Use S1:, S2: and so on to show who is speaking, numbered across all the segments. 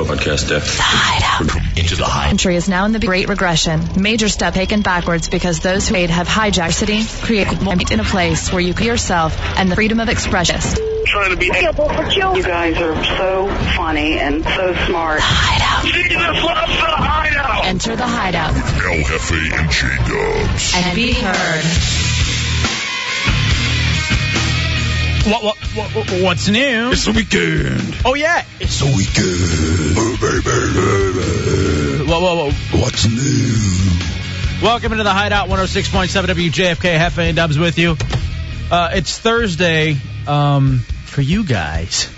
S1: Podcast Death.
S2: Into the high.
S3: country is now in the Great Regression. Major step taken backwards because those who aid have hijacked our city, create a moment in a place where you can yourself and the freedom of expression.
S4: trying to be able for children. You guys are so funny and so smart. Jesus loves the hideout.
S3: Enter the hideout
S5: LFA and J Dubs.
S3: and be heard.
S2: What, what, what, what- what's new?
S5: It's the weekend.
S2: Oh, yeah.
S5: It's the weekend. Oh, baby,
S2: Whoa, whoa, whoa.
S5: baby. What's new?
S2: Welcome into the Hideout 106.7 WJFK. Hefe and Dubs with you. Uh, it's Thursday um, for you guys,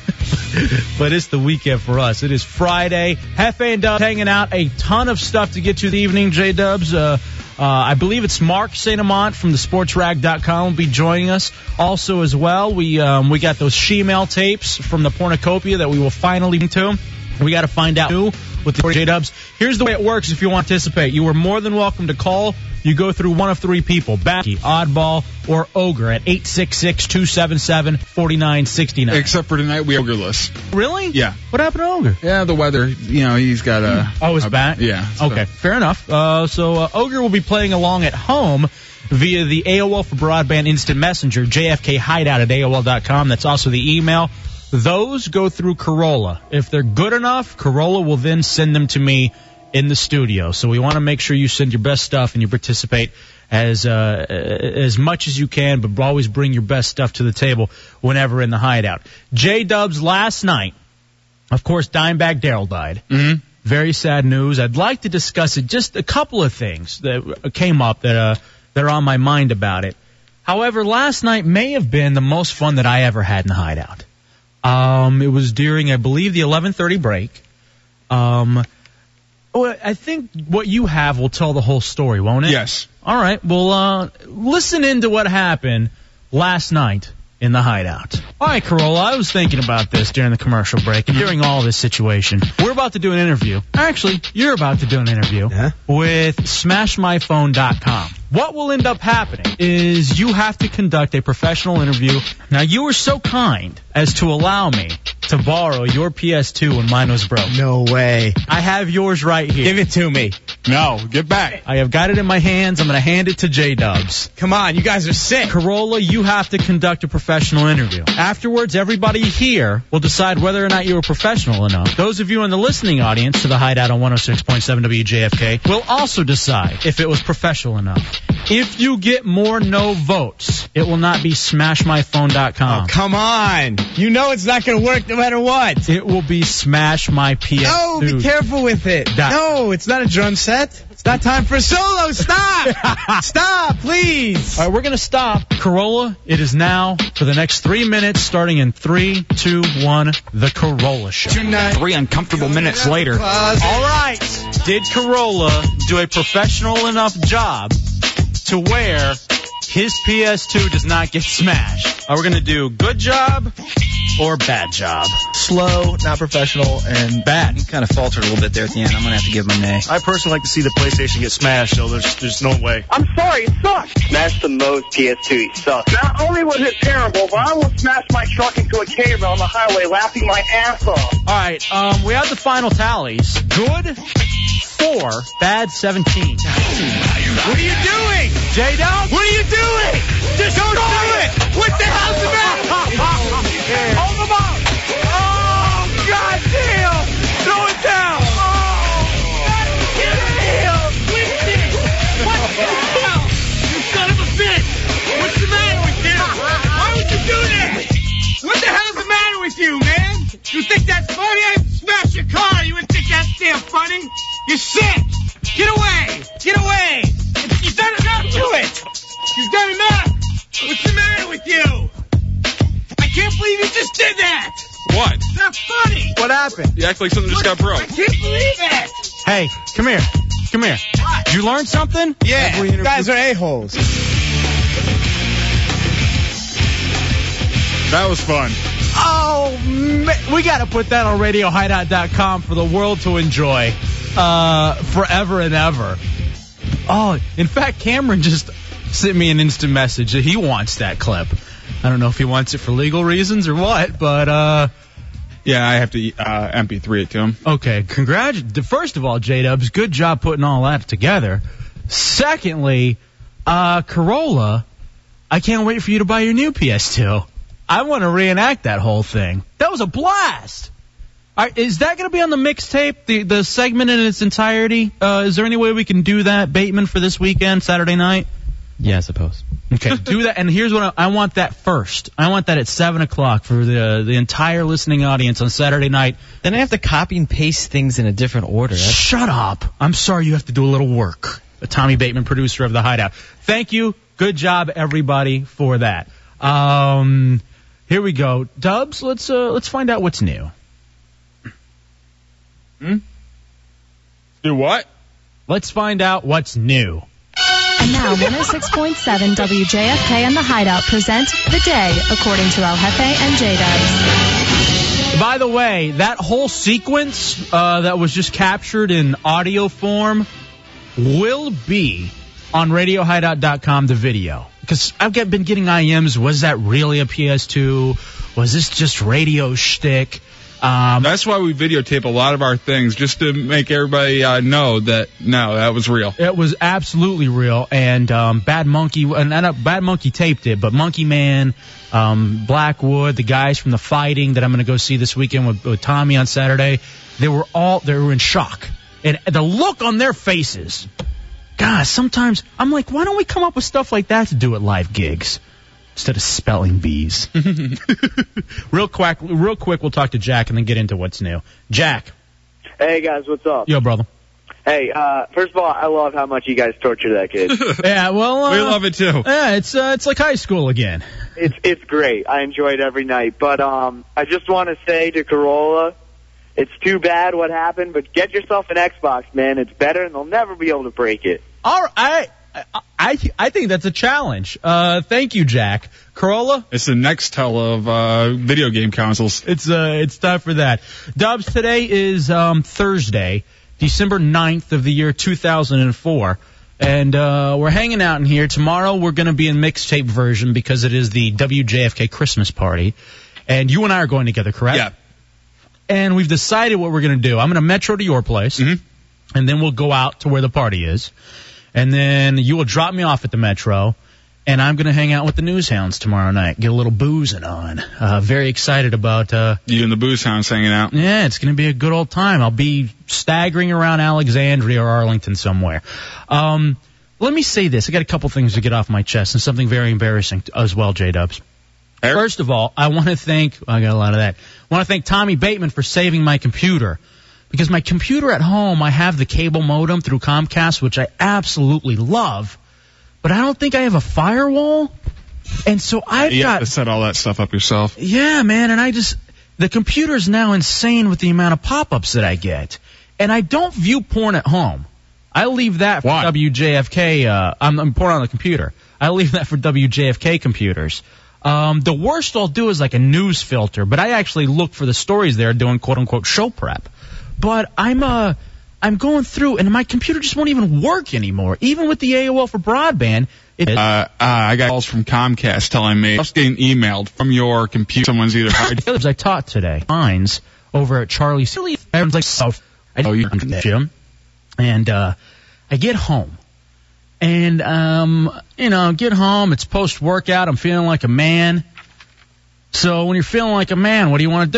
S2: but it's the weekend for us. It is Friday. Hefe and Dubs hanging out. A ton of stuff to get to the evening, J Dubs. Uh, uh, I believe it's Mark Santamont from the sportsrag.com will be joining us. Also, as well, we um, we got those shemale tapes from the pornocopia that we will finally get to. We got to find out who with the J Dubs. Here's the way it works if you want to participate. You are more than welcome to call. You go through one of three people Backy, Oddball, or Ogre at 866 277 4969.
S6: Except for tonight, we ogureless.
S2: Really?
S6: Yeah.
S2: What happened to Ogre?
S6: Yeah, the weather. Uh, You know, he's got a.
S2: Oh, it's
S6: a-
S2: back?
S6: Yeah. so-
S2: Okay, fair enough. Uh, so uh, Ogre will be playing along at home via the AOL for Broadband Instant Messenger, JFK Hideout at AOL.com. That's also the email. Those go through Corolla. If they're good enough, Corolla will then send them to me in the studio. So we want to make sure you send your best stuff and you participate as uh, as much as you can, but always bring your best stuff to the table whenever in the hideout. J Dubs last night, of course, Dimebag Daryl died.
S6: Mhm.
S2: Very sad news. I'd like to discuss it. Just a couple of things that came up that uh, that are on my mind about it. However, last night may have been the most fun that I ever had in the hideout. Um, it was during, I believe, the 11:30 break. Um, well, I think what you have will tell the whole story, won't it?
S6: Yes.
S2: All right. Well, uh, listen into what happened last night in the hideout. All right, Corolla. I was thinking about this during the commercial break and during all this situation. We're about to do an interview. Actually, you're about to do an interview with SmashMyPhone.com. What will end up happening is you have to conduct a professional interview. Now, you were so kind as to allow me to borrow your PS2 when mine was broke.
S7: No way.
S2: I have yours right here.
S7: Give it to me.
S6: No, get back.
S2: I have got it in my hands. I'm going to hand it to J Dubs.
S7: Come on, you guys are sick.
S2: Corolla, you have to conduct a professional interview. Afterwards, everybody here will decide whether or not you were professional enough. Those of you in the listening audience to the Hideout on 106.7 WJFK will also decide if it was professional enough. If you get more no votes, it will not be smashmyphone.com.
S7: Oh, Come on. You know it's not going to work no matter what.
S2: it will be smashmyps.
S7: No, be careful with it.
S2: That-
S7: No, it's not a drum set. It's not time for solo. Stop. Stop, please.
S2: All right, we're going to stop. Corolla, it is now for the next three minutes, starting in three, two, one, the Corolla Show.
S6: Three uncomfortable minutes later.
S2: All right. Did Corolla do a professional enough job to where his PS2 does not get smashed? Are we going to do good job or bad job?
S8: slow, not professional, and bad. He kind of faltered a little bit there at the end. I'm gonna have to give him an A.
S9: I personally like to see the PlayStation get smashed, so there's there's no way.
S4: I'm sorry, it sucks.
S10: Smash the most PS2 it sucks.
S4: Not only was it terrible, but I will smash my truck into a cave on the highway, laughing my ass off.
S2: All right. Um, we have the final tallies. Good four, bad 17.
S7: What are you doing?
S2: J Dub.
S7: What are you doing? Just don't do it. What the hell's the matter? Hold them up. Oh, God damn. Throw it down. Oh, God damn. Twist it. What the hell? You son of a bitch. What's the matter with you? Why would you do that? What the hell's the matter with you, man? You think that's funny? I smashed your car. You wouldn't think that's damn funny? You're sick. Get away. Get away. You've done enough to it. You've done enough. What's the matter with you? I can't believe you just did that.
S6: What?
S7: Not funny.
S6: What happened? You act like something just got
S7: I
S6: broke.
S7: can't believe it.
S2: Hey, come here. Come here. You learned something?
S7: Yeah, you guys are a-holes.
S6: That was fun.
S2: Oh, man. we got to put that on RadioHideout.com for the world to enjoy uh, forever and ever. Oh, in fact, Cameron just sent me an instant message that he wants that clip. I don't know if he wants it for legal reasons or what, but uh,
S6: Yeah, I have to uh, MP3 it to him.
S2: Okay, congrat. First of all, J Dubs, good job putting all that together. Secondly, uh, Corolla, I can't wait for you to buy your new PS2. I want to reenact that whole thing. That was a blast. All right, is that going to be on the mixtape, the the segment in its entirety? Uh, is there any way we can do that, Bateman, for this weekend, Saturday night?
S1: Yeah, I suppose.
S2: Okay, do that. And here's what I, I want that first. I want that at seven o'clock for the the entire listening audience on Saturday night.
S1: Then I have to copy and paste things in a different order. That's-
S2: Shut up. I'm sorry you have to do a little work. Tommy Bateman, producer of The Hideout. Thank you. Good job, everybody, for that. Um, here we go. Dubs, let's uh, let's find out what's new.
S6: Hmm? Do what?
S2: Let's find out what's new.
S3: And now 106.7 WJFK and the Hideout present the day according to El Jefe and J Dubs.
S2: By the way, that whole sequence uh, that was just captured in audio form will be on RadioHideout.com, the video. Because I've get, been getting IMs. Was that really a PS2? Was this just radio shtick? Um,
S6: That's why we videotape a lot of our things just to make everybody uh, know that no, that was real.
S2: It was absolutely real, and um, Bad Monkey, and not Bad Monkey taped it, but Monkey Man, um, Blackwood, the guys from the fighting that I'm going to go see this weekend with, with Tommy on Saturday, they were all they were in shock, and the look on their faces. God, sometimes I'm like, why don't we come up with stuff like that to do at live gigs? Instead of spelling bees. real quick, real quick, we'll talk to Jack and then get into what's new. Jack,
S10: Hey guys, what's up?
S2: yo, brother.
S10: Hey, uh, first of all, I love how much you guys torture that kid.
S2: Yeah, well, uh,
S6: We love it too.
S2: Yeah, it's uh, it's like high school again.
S10: it's it's great. I enjoy it every night. But um, I just want to say to Corolla, it's too bad what happened, but get yourself an Xbox, man. It's better, and they'll never be able to break it.
S2: All right. I, I, I think that's a challenge. Uh, thank you, Jack. Corolla,
S6: It's the next tell of uh, video game consoles.
S2: it's, uh, it's time for that. Dubs, today is, um, Thursday, December 9th of the year 2004. And, uh, we're hanging out in here. Tomorrow we're gonna be in mixtape version because it is the WJFK Christmas party. And you and I are going together, correct?
S6: Yeah.
S2: and we've decided what we're going to do. I'm going to metro to your place,
S6: Mm-hmm.
S2: and then we'll go out to where the party is, and then you will drop me off at the metro, and I'm going to hang out with the newshounds tomorrow night, get a little boozing on. Uh, very excited about. Uh,
S6: You and the booze hounds hanging out.
S2: yeah, it's going to be a good old time. I'll be staggering around Alexandria or Arlington somewhere. Um, let me say this. I got a couple things to get off my chest, and something very embarrassing as well, J Dubs.
S6: Eric?
S2: First of all, I want to thank, I got a lot of that. I want to thank Tommy Bateman for saving my computer. Because my computer at home, I have the cable modem through Comcast, which I absolutely love, but I don't think I have a firewall. And so I've
S6: You have
S2: got
S6: to set all that stuff up yourself.
S2: yeah, man, and I just the computer's now insane with the amount of pop-ups that I get, and I don't view porn at home. I leave that for
S6: Why?
S2: WJFK. Uh, I'm, I'm porn on the computer. I leave that for WJFK computers. Um, the worst I'll do is like a news filter, but I actually look for the stories they're doing, quote unquote, show prep. But I'm uh, I'm going through, and my computer just won't even work anymore, even with the AOL for broadband. It,
S6: Uh, uh, I got calls from Comcast telling me I was getting emailed from your computer. Someone's either hiding.
S2: the others I taught today. Mines over at Charlie's. Everyone's like, oh, I
S6: Oh,
S2: didn't
S6: you-
S2: oh, the gym. And uh, I get home. And, um, you know, get home. It's post workout. I'm feeling like a man. So when you're feeling like a man, what do you want to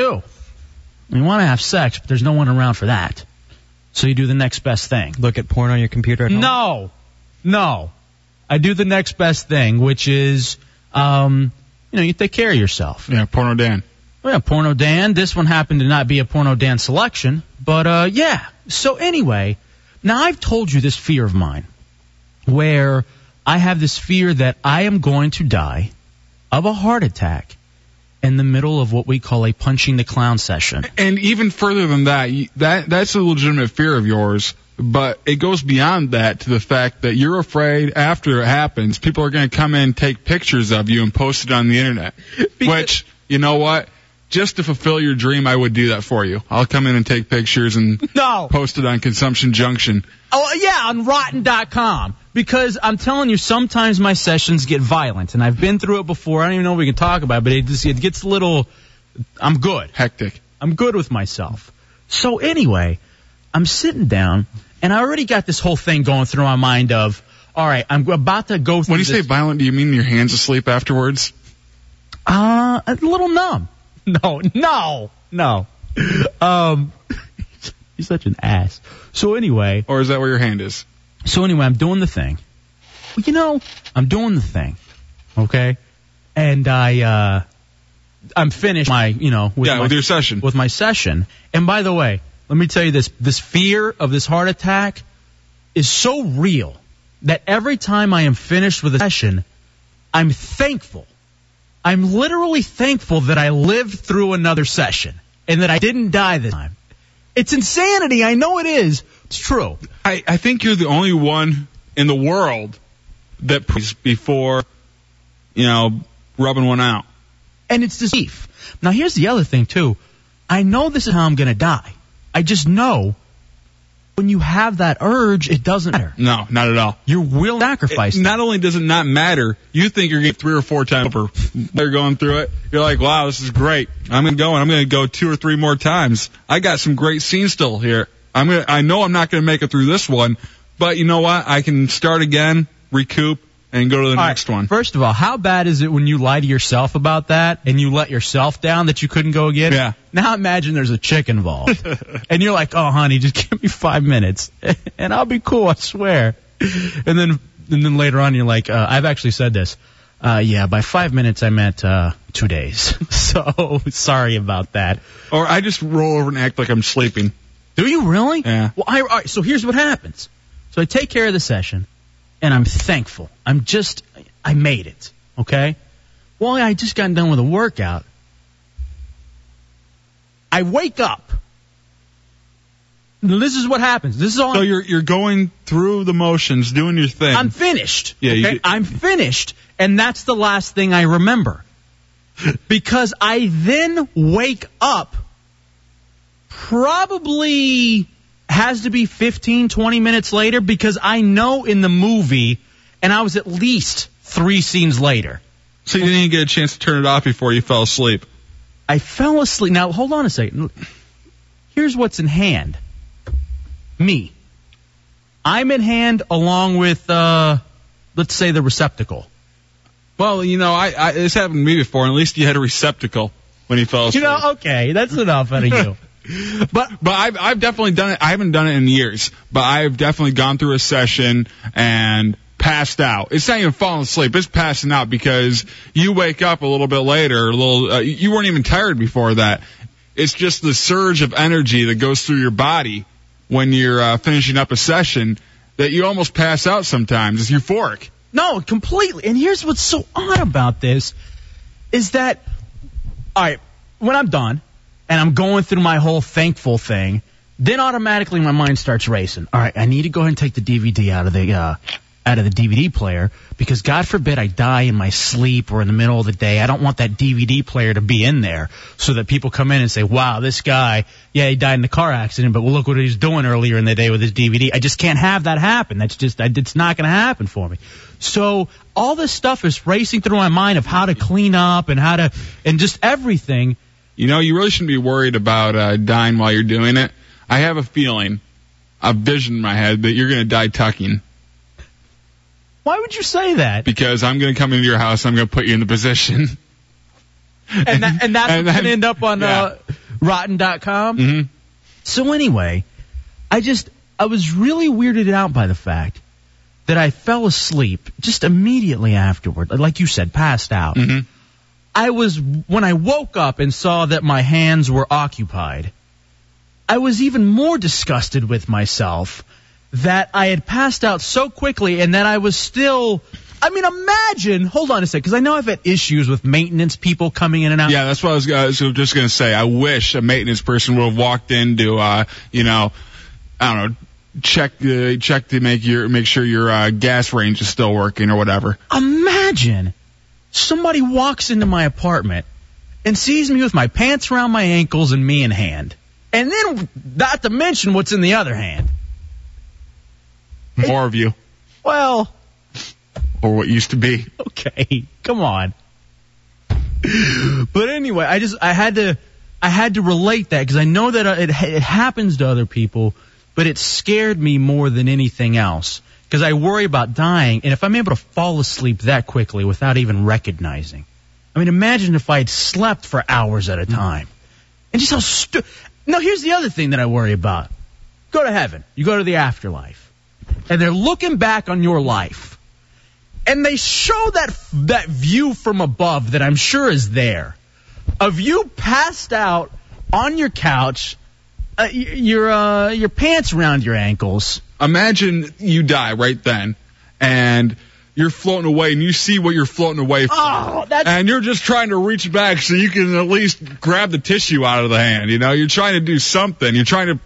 S2: do? You want to have sex, but there's no one around for that. So you do the next best thing.
S1: Look at porn on your computer at home.
S2: No, no. I do the next best thing, which is, um, you know, you take care of yourself.
S6: yeah, Porno Dan.
S2: Yeah, Porno Dan. This one happened to not be a Porno Dan selection, but uh, yeah. So anyway, now I've told you this fear of mine, where I have this fear that I am going to die of a heart attack in the middle of what we call a punching the clown session.
S6: And even further than that, you- that that's a legitimate fear of yours. But it goes beyond that to the fact that you're afraid after it happens, people are going to come in, take pictures of you, and post it on the internet. Which you know what? Just to fulfill your dream, I would do that for you. I'll come in and take pictures and
S2: No.
S6: post it on Consumption Junction.
S2: Oh yeah, on Rotten.com. Because I'm telling you, sometimes my sessions get violent, and I've been through it before. I don't even know if we can talk about, it, but it just it gets a little. I'm good.
S6: Hectic.
S2: I'm good with myself. So anyway, I'm sitting down, and I already got this whole thing going through my mind of, all right, I'm about to go through.
S6: When you
S2: this-
S6: say violent, do you mean your hands asleep afterwards?
S2: Uh, a little numb. No, no, no. Um, he's such an ass. So anyway.
S6: Or is that where your hand is?
S2: So anyway, I'm doing the thing. Well, you know, I'm doing the thing. Okay. And I, uh, I'm finished my, you know, with
S6: Yeah,
S2: my,
S6: with your session.
S2: With my session. And by the way, let me tell you this, this fear of this heart attack is so real that every time I am finished with a session, I'm thankful. I'm literally thankful that I lived through another session and that I didn't die this time. It's insanity. I know it is. It's true.
S6: I, I think you're the only one in the world that prays before, you know, rubbing one out.
S2: and it's deceive. Now here's the other thing too. I know this is how I'm gonna die. I just know when you have that urge, it doesn't matter.
S6: No, not at all.
S2: Your will sacrifice.
S6: It, not only does it not matter, you think you're getting three or four times over. They're going through it. You're like, wow, this is great. I'm gonna go and I'm gonna go two or three more times. I got some great scenes still here. I'm gonna, I know I'm not gonna make it through this one, but you know what? I can start again, recoup, and go to the
S2: All right,
S6: next one.
S2: First of all, how bad is it when you lie to yourself about that and you let yourself down that you couldn't go again?
S6: Yeah.
S2: Now imagine there's a chick involved. and you're like, oh honey, just give me five minutes and I'll be cool, I swear. And then, and then later on you're like, uh, I've actually said this. Uh, yeah, by five minutes I meant, uh, two days. so sorry about that.
S6: Or I just roll over and act like I'm sleeping.
S2: Do you really?
S6: Yeah.
S2: Well, I, all right, so here's what happens. So I take care of the session, and I'm thankful. I'm just, I made it. Okay. Well, I just got done with a workout. I wake up. Now, This is what happens. This is all.
S6: So
S2: I'm,
S6: you're you're going through the motions, doing your thing.
S2: I'm finished.
S6: Yeah, you
S2: okay?
S6: did-
S2: I'm finished, and that's the last thing I remember. because I then wake up probably has to be 15, 20 minutes later because I know in the movie, and I was at least three scenes later.
S6: so you didn't get a chance to turn it off before you fell asleep.
S2: I fell asleep. Now, hold on a second. Here's what's in hand me. I'm in hand along with, uh, let's say, the receptacle.
S6: Well, you know, I, I this happened to me before. And at least you had a receptacle when you fell
S2: You
S6: asleep.
S2: know, okay, that's enough out of you. But
S6: but I've I've definitely done it. I haven't done it in years, but I've definitely gone through a session and passed out. It's not even falling asleep; it's passing out because you wake up a little bit later. A little, uh, you weren't even tired before that. It's just the surge of energy that goes through your body when you're uh, finishing up a session that you almost pass out sometimes. It's euphoric.
S2: No, completely. And here's what's so odd about this is that all right, when I'm done and I'm going through my whole thankful thing, then automatically my mind starts racing. All right, I need to go ahead and take the DVD out of the uh out of the DVD player because God forbid I die in my sleep or in the middle of the day. I don't want that DVD player to be in there so that people come in and say, "Wow, this guy, yeah, he died in a car accident, but look what he's doing earlier in the day with his DVD." I just can't have that happen. That's just that it's not going to happen for me. So all this stuff is racing through my mind of how to clean up and how to and just everything.
S6: You know, you really shouldn't be worried about uh, dying while you're doing it. I have a feeling, a vision in my head that you're going to die tucking.
S2: Why would you say that?
S6: because I'm going to come into your house. I'm going to put you in the position.
S2: And that, and that's
S6: And
S2: going
S6: then-
S2: to end up on
S6: yeah.
S2: uh, rotten.com.
S6: Mhm.
S2: So anyway, I just I was really weirded out by the fact that I fell asleep just immediately afterward, like you said, passed out.
S6: Mhm.
S2: I was when I woke up and saw that my hands were occupied. I was even more disgusted with myself that I had passed out so quickly and that I was still. I mean, imagine. Hold on a sec, because I know I've had issues with maintenance people coming in and out.
S6: Yeah, that's what I was, I was just going to say. I wish a maintenance person would have walked in to, uh, you know, I don't know, check the check to make your make sure your uh, gas range is still working or whatever.
S2: imagine somebody walks into my apartment and sees me with my pants around my ankles and me in hand. And then, not to mention what's in the other hand.
S6: More of you,
S2: Well,
S6: or what used to be.
S2: okay, come on. But anyway, I just, I had to, I had to relate that because I know that uh, it, ha- it happens to other people, but it scared me more than anything else because I worry about dying. And if I'm able to fall asleep that quickly without even recognizing, I mean, imagine if I had slept for hours at a time. And just how stu- No, here's the other thing that I worry about. Go to heaven. You go to the afterlife. And they're looking back on your life. And they show that that view from above that I'm sure is there of you passed out on your couch, uh, y- your uh, your pants around your ankles.
S6: Imagine you die right then, and you're floating away, and you see what you're floating away from,
S2: Oh, that's
S6: and you're just trying to reach back so you can at least grab the tissue out of the hand. You know, you're trying to do something. You're trying to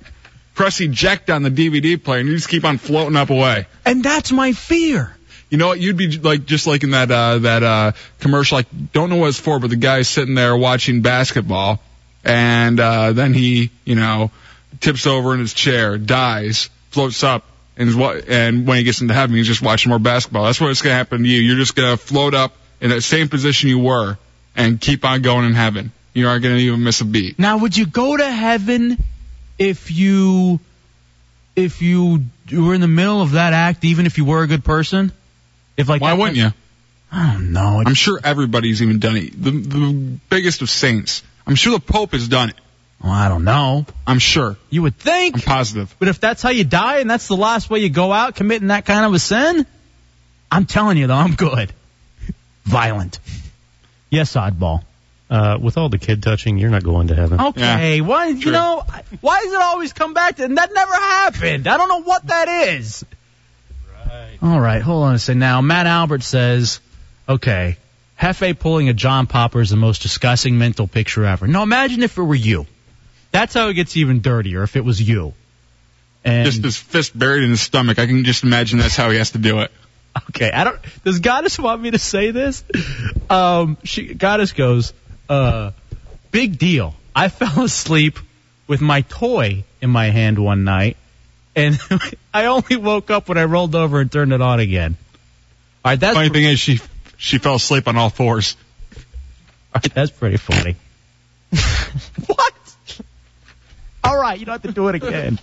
S6: press eject on the DVD player, and you just keep on floating up away.
S2: and that's my fear.
S6: You know what? You'd be like just like in that uh, that uh, commercial. Like don't know what it's for, but the guy's sitting there watching basketball, and uh, then he you know tips over in his chair, dies, floats up, and is what and when he gets into heaven, he's just watching more basketball. That's what's gonna happen to you. You're just gonna float up in that same position you were, and keep on going in heaven. You aren't gonna even miss a beat.
S2: Now, would you go to heaven if you if you were in the middle of that act, even if you were a good person? If like
S6: Why
S2: that-
S6: wouldn't you?
S2: I don't know.
S6: I'm sure everybody's even done it. The, the biggest of saints. I'm sure the Pope has done it.
S2: Well, I don't know.
S6: I'm sure.
S2: You would think,
S6: I'm positive.
S2: but if that's how you die and that's the last way you go out, committing that kind of a sin, I'm telling you though, I'm good. Violent. Yes, oddball.
S11: Uh, with all the kid touching, you're not going to heaven.
S2: Okay, why you
S6: True.
S2: know why does it always come back to and that never happened? I don't know what that is. All right, hold on a second. Now Matt Albert says, okay, Hefe pulling a John Popper is the most disgusting mental picture ever. Now imagine if it were you. That's how it gets even dirtier if it was you. And
S6: just his fist buried in his stomach. I can just imagine that's how he has to do it.
S2: Okay, I don't. Does Goddess want me to say this? Um, she Goddess goes, uh, big deal. I fell asleep with my toy in my hand one night, and I only woke up when I rolled over and turned it on again. All right, that's
S6: Funny thing is, she she fell asleep on all fours.
S2: all right, that's pretty funny. what? All right, you don't have to do it again.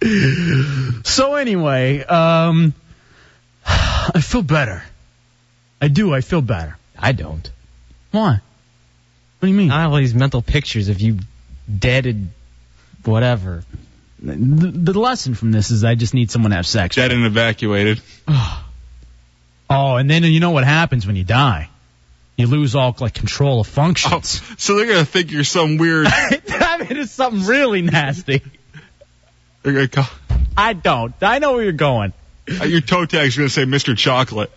S2: so anyway, um, I feel better. I do. I feel better.
S1: I don't.
S2: Why? What do you mean?
S1: I have all these mental pictures of you dead and whatever.
S2: the, the lesson from this is I just need someone to have sex.
S6: Dead and evacuated.
S2: Oh, and then you know what happens when you die? You lose all like control of functions.
S6: So they're gonna think you're some weird.
S2: I mean, it's something really nasty.
S6: They're gonna call,
S2: I don't. I know where you're going.
S6: uh, your toe tag's gonna say Mr. Chocolate.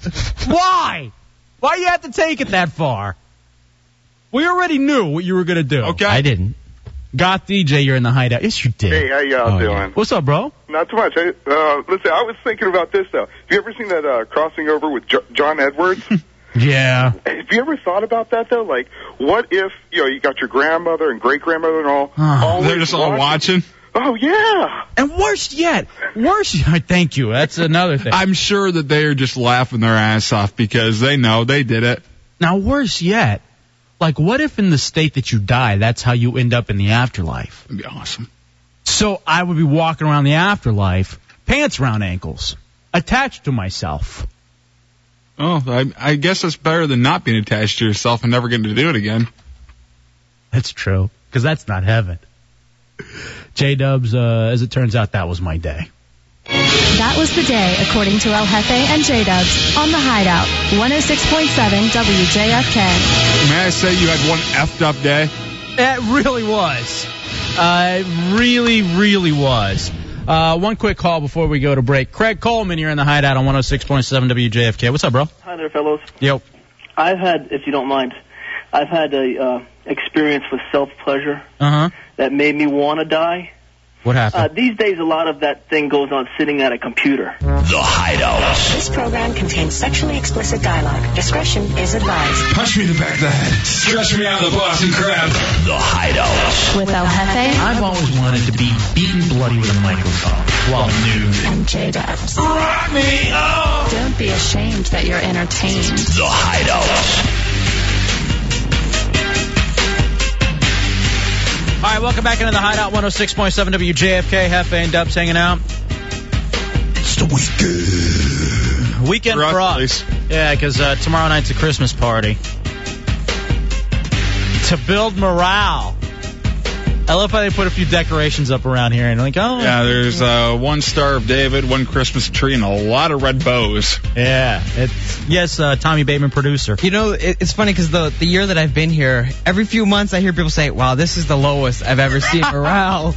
S2: Why? Why you have to take it that far? We already knew what you were gonna do.
S6: Okay.
S1: I didn't.
S2: Got DJ, you're in the hideout. Yes, you did.
S12: Hey, how y'all
S1: Oh,
S12: doing?
S1: yeah.
S2: What's up, bro?
S12: Not too much. I, uh, listen, I was thinking about this though. Have you ever seen that uh, crossing over with jo- John Edwards?
S2: Yeah.
S12: Have you ever thought about that though? Like, what if you know you got your grandmother and great grandmother and all?
S2: Ah,
S12: always
S6: They're just all watching.
S12: Oh yeah.
S2: And worse yet, worse. Thank you. That's another thing.
S6: I'm sure that they are just laughing their ass off because they know they did it.
S2: Now, worse yet, like, what if in the state that you die, that's how you end up in the afterlife?
S6: That'd be awesome.
S2: So I would be walking around the afterlife, pants around ankles, attached to myself.
S6: Oh, I, I guess that's better than not being attached to yourself and never getting to do it again.
S2: That's true, because that's not heaven. J Dubs, uh, as it turns out, that was my day.
S13: That was the day, according to El Jefe and J Dubs, on the Hideout, 106.7 WJFK.
S6: May I say you had one effed up day?
S2: It really was. Uh, it really, really was. Uh, one quick call before we go to break. Craig Coleman here in the hideout on 106.7 WJFK. What's up, bro?
S14: Hi there, fellows.
S2: Yo.
S14: I've had, if you don't mind, I've had a uh, experience with self pleasure
S2: Uh huh.
S14: that made me want to die.
S2: What happened?
S14: Uh, these days, a lot of that thing goes on sitting at a computer.
S7: The Hideout.
S15: This program contains sexually explicit dialogue. Discretion is advised.
S5: Punch me in the back of the head. Stretch me out of the Boston crab.
S7: The Hideout.
S13: With El Jefe
S7: I've always wanted to be beaten bloody with a microphone while nude.
S13: and J Dubs.
S7: Rock me up.
S13: Don't be ashamed that you're entertained.
S7: The Hideout.
S2: All right, welcome back into the Hideout 106.7 WJFK. Hefe and Dubs hanging out. It's the weekend. Weekend for us. Yeah, because uh, tomorrow night's a Christmas party. To build morale. I love how they put a few decorations up around here and like, oh,
S6: Yeah, there's uh, one Star of David, one Christmas tree, and a lot of red bows.
S2: Yeah, it's yes, uh, Tommy Bateman, producer.
S16: You know, it, it's funny because the the year that I've been here, every few months I hear people say, "Wow, this is the lowest I've ever seen morale."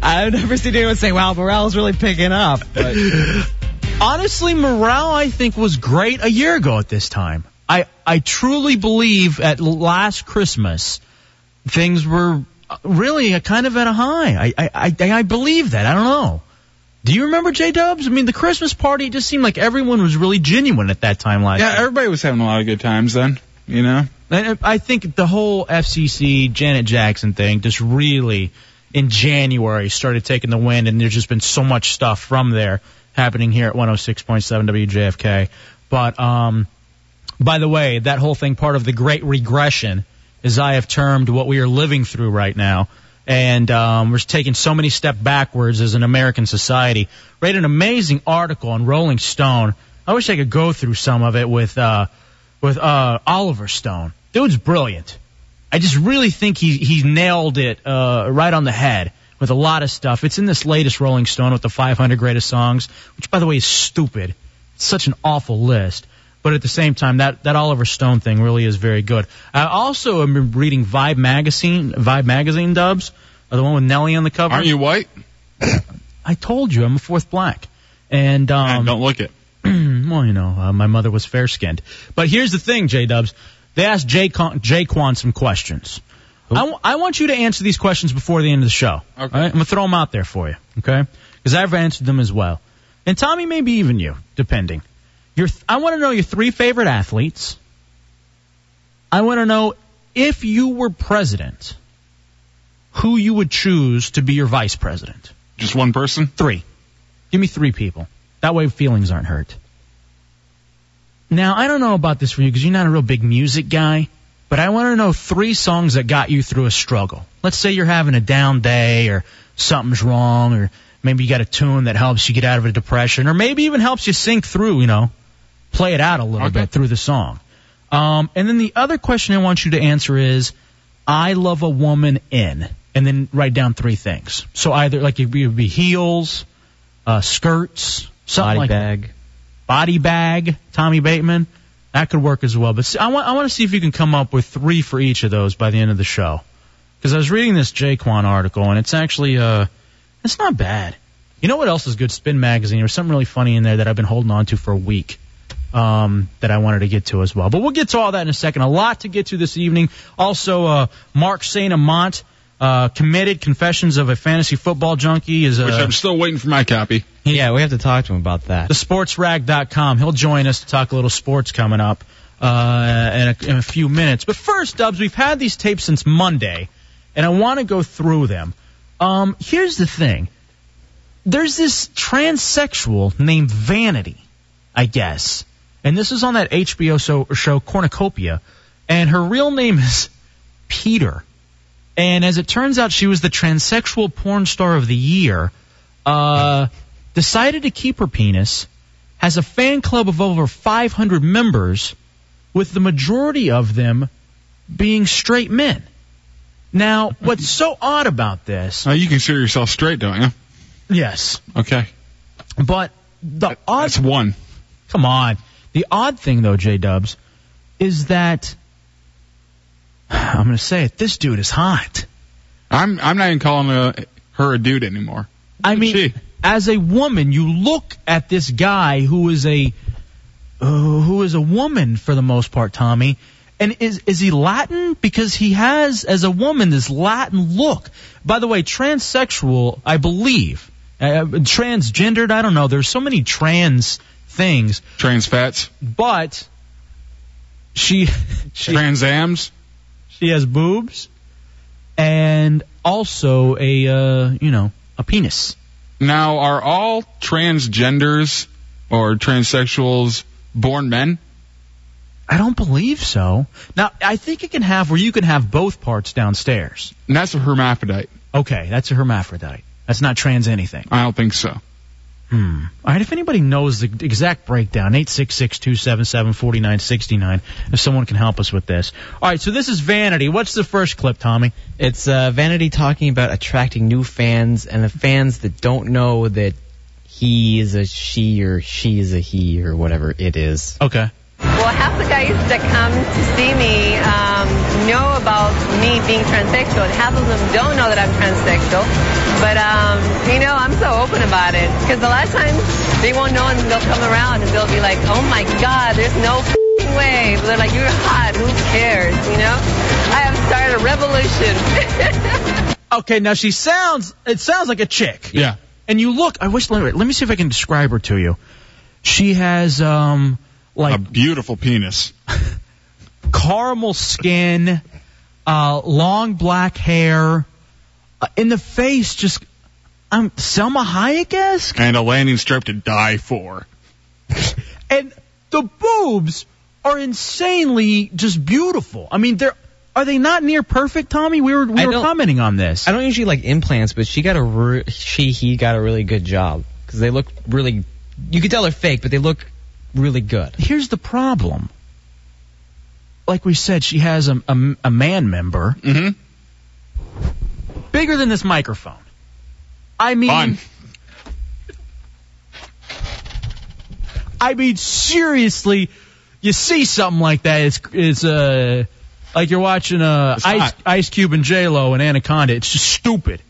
S16: I've never seen anyone say, "Wow, morale's really picking up." But
S2: honestly, morale I think was great a year ago at this time. I I truly believe at last Christmas things were uh, really kind of at a high. I I I, I believe that. I don't know. Do you remember J Dubs? I mean, the Christmas party just seemed like everyone was really genuine at that time last.
S6: Yeah, everybody was having a lot of good times then. You know.
S2: And I think the whole FCC Janet Jackson thing just really in January started taking the wind, and there's just been so much stuff from there happening here at 106.7 WJFK. But um, by the way, that whole thing part of the great regression, as I have termed what we are living through right now. And um, we're taking so many steps backwards as an American society. Read an amazing article on Rolling Stone. I wish I could go through some of it with uh, with uh, Oliver Stone. Dude's brilliant. I just really think he he nailed it uh, right on the head with a lot of stuff. It's in this latest Rolling Stone with the 500 greatest songs, which by the way is stupid. It's such an awful list. But at the same time, that that Oliver Stone thing really is very good. I also am reading Vibe magazine, Vibe magazine dubs, uh, the one with Nelly on the cover.
S6: Aren't you white?
S2: I told you I'm a fourth black, and um,
S6: don't look it.
S2: well, you know, uh, my mother was fair skinned. But here's the thing, J Dubs. They asked Jay Con- Jay Quan some questions. I wa- I want you to answer these questions before the end of the show. Okay. I'm gonna throw them out there for you, okay? Because I've answered them as well. And Tommy, maybe even you, depending. Your th- I want to know your three favorite athletes. I want to know if you were president, who you would choose to be your vice president.
S6: Just one person?
S2: Three. Give me three people. That way feelings aren't hurt. Now, I don't know about this for you because you're not a real big music guy, but I want to know three songs that got you through a struggle. Let's say you're having a down day or something's wrong or maybe you got a tune that helps you get out of a depression or maybe even helps you sink through, you know, play it out a little bit through the song. Um, and then the other question I want you to answer is, I love a woman in, and then write down three things. So either like it would be heels, uh, skirts, something
S16: Body
S2: like
S16: bag.
S2: body bag, Tommy Bateman. That could work as well. But see, I want I want to see if you can come up with three for each of those by the end of the show. Because I was reading this Jaquan article, and it's actually uh, it's not bad. You know what else is good? Spin Magazine. There's something really funny in there that I've been holding on to for a week um, that I wanted to get to as well. But we'll get to all that in a second. A lot to get to this evening. Also, uh, Mark Saint Amant, uh, committed confessions of a fantasy football junkie is uh,
S6: Which I'm still waiting for my copy.
S2: yeah, we have to talk to him about that. Thesportsrag.com. He'll join us to talk a little sports coming up uh, in, a, in a few minutes. But first, Dubs, we've had these tapes since Monday, and I want to go through them. Um, here's the thing. There's this transsexual named Vanity, I guess, and this is on that HBO so, show Cornucopia, and her real name is Peter. And as it turns out, she was the transsexual porn star of the year. Uh, decided to keep her penis, has a fan club of over 500 members, with the majority of them being straight men. Now, what's so odd about this?
S6: Uh, you consider yourself straight, don't you?
S2: Yes,
S6: Okay.
S2: but the odd. That's
S6: one.
S2: Come on. The odd thing, though, J Dubs, is that I'm going to say it. This dude is hot.
S6: I'm I'm not even calling uh her a dude anymore.
S2: I mean, as a woman, you look at this guy who is a uh, who is a woman for the most part, Tommy. And is is he Latin? Because he has, as a woman, this Latin look. By the way, transsexual, I believe, uh, transgendered. I don't know. There's so many trans things.
S6: Trans fats.
S2: But she, she
S6: transams.
S2: She has boobs, and also a uh, you know a penis.
S6: Now, are all transgenders or transsexuals born men?
S2: I don't believe so. Now, I think it can have where you can have both parts downstairs.
S6: And that's a hermaphrodite.
S2: Okay, that's a hermaphrodite. That's not trans anything.
S6: I don't think so.
S2: Hmm. All right, if anybody knows the exact breakdown, 866-277-4969, if someone can help us with this. All right, so this is Vanity. What's the first clip, Tommy?
S16: It's uh, Vanity talking about attracting new fans and the fans that don't know that he is a she or she is a he or whatever it is.
S2: Okay.
S17: Well, half the guys that come to see me um, know about me being transsexual, and half of them don't know that I'm transsexual. But um, you know, I'm so open about it because a lot of times they won't know, and they'll come around and they'll be like, "Oh my God, there's no f***ing way." But they're like, "You're hot. Who cares?" You know? I have started a revolution.
S2: Okay, now she sounds, it sounds like a chick.
S6: Yeah.
S2: And you look, I wish, let me, let me see if I can describe her to you. She has, um, like
S6: a beautiful penis.
S2: caramel skin, uh, long black hair, uh, in the face, just, I'm Selma Hayek esque?
S6: And a landing strip to die for.
S2: and the boobs are insanely just beautiful. I mean, they're are they not near perfect, Tommy? We were we
S16: I
S2: were
S16: don't-
S2: commenting on this.
S16: I don't usually like implants, but she got a re- she he got a really good job because they look really. You can tell they're fake, but they look really good.
S2: Here's the problem. Like we said, she has a a, a man member bigger than this microphone. I mean,
S6: Fun.
S2: I mean seriously, you see something like that, it's it's uh like you're watching uh Ice,
S6: hot.
S2: Ice Cube and J Lo and Anaconda. It's just stupid.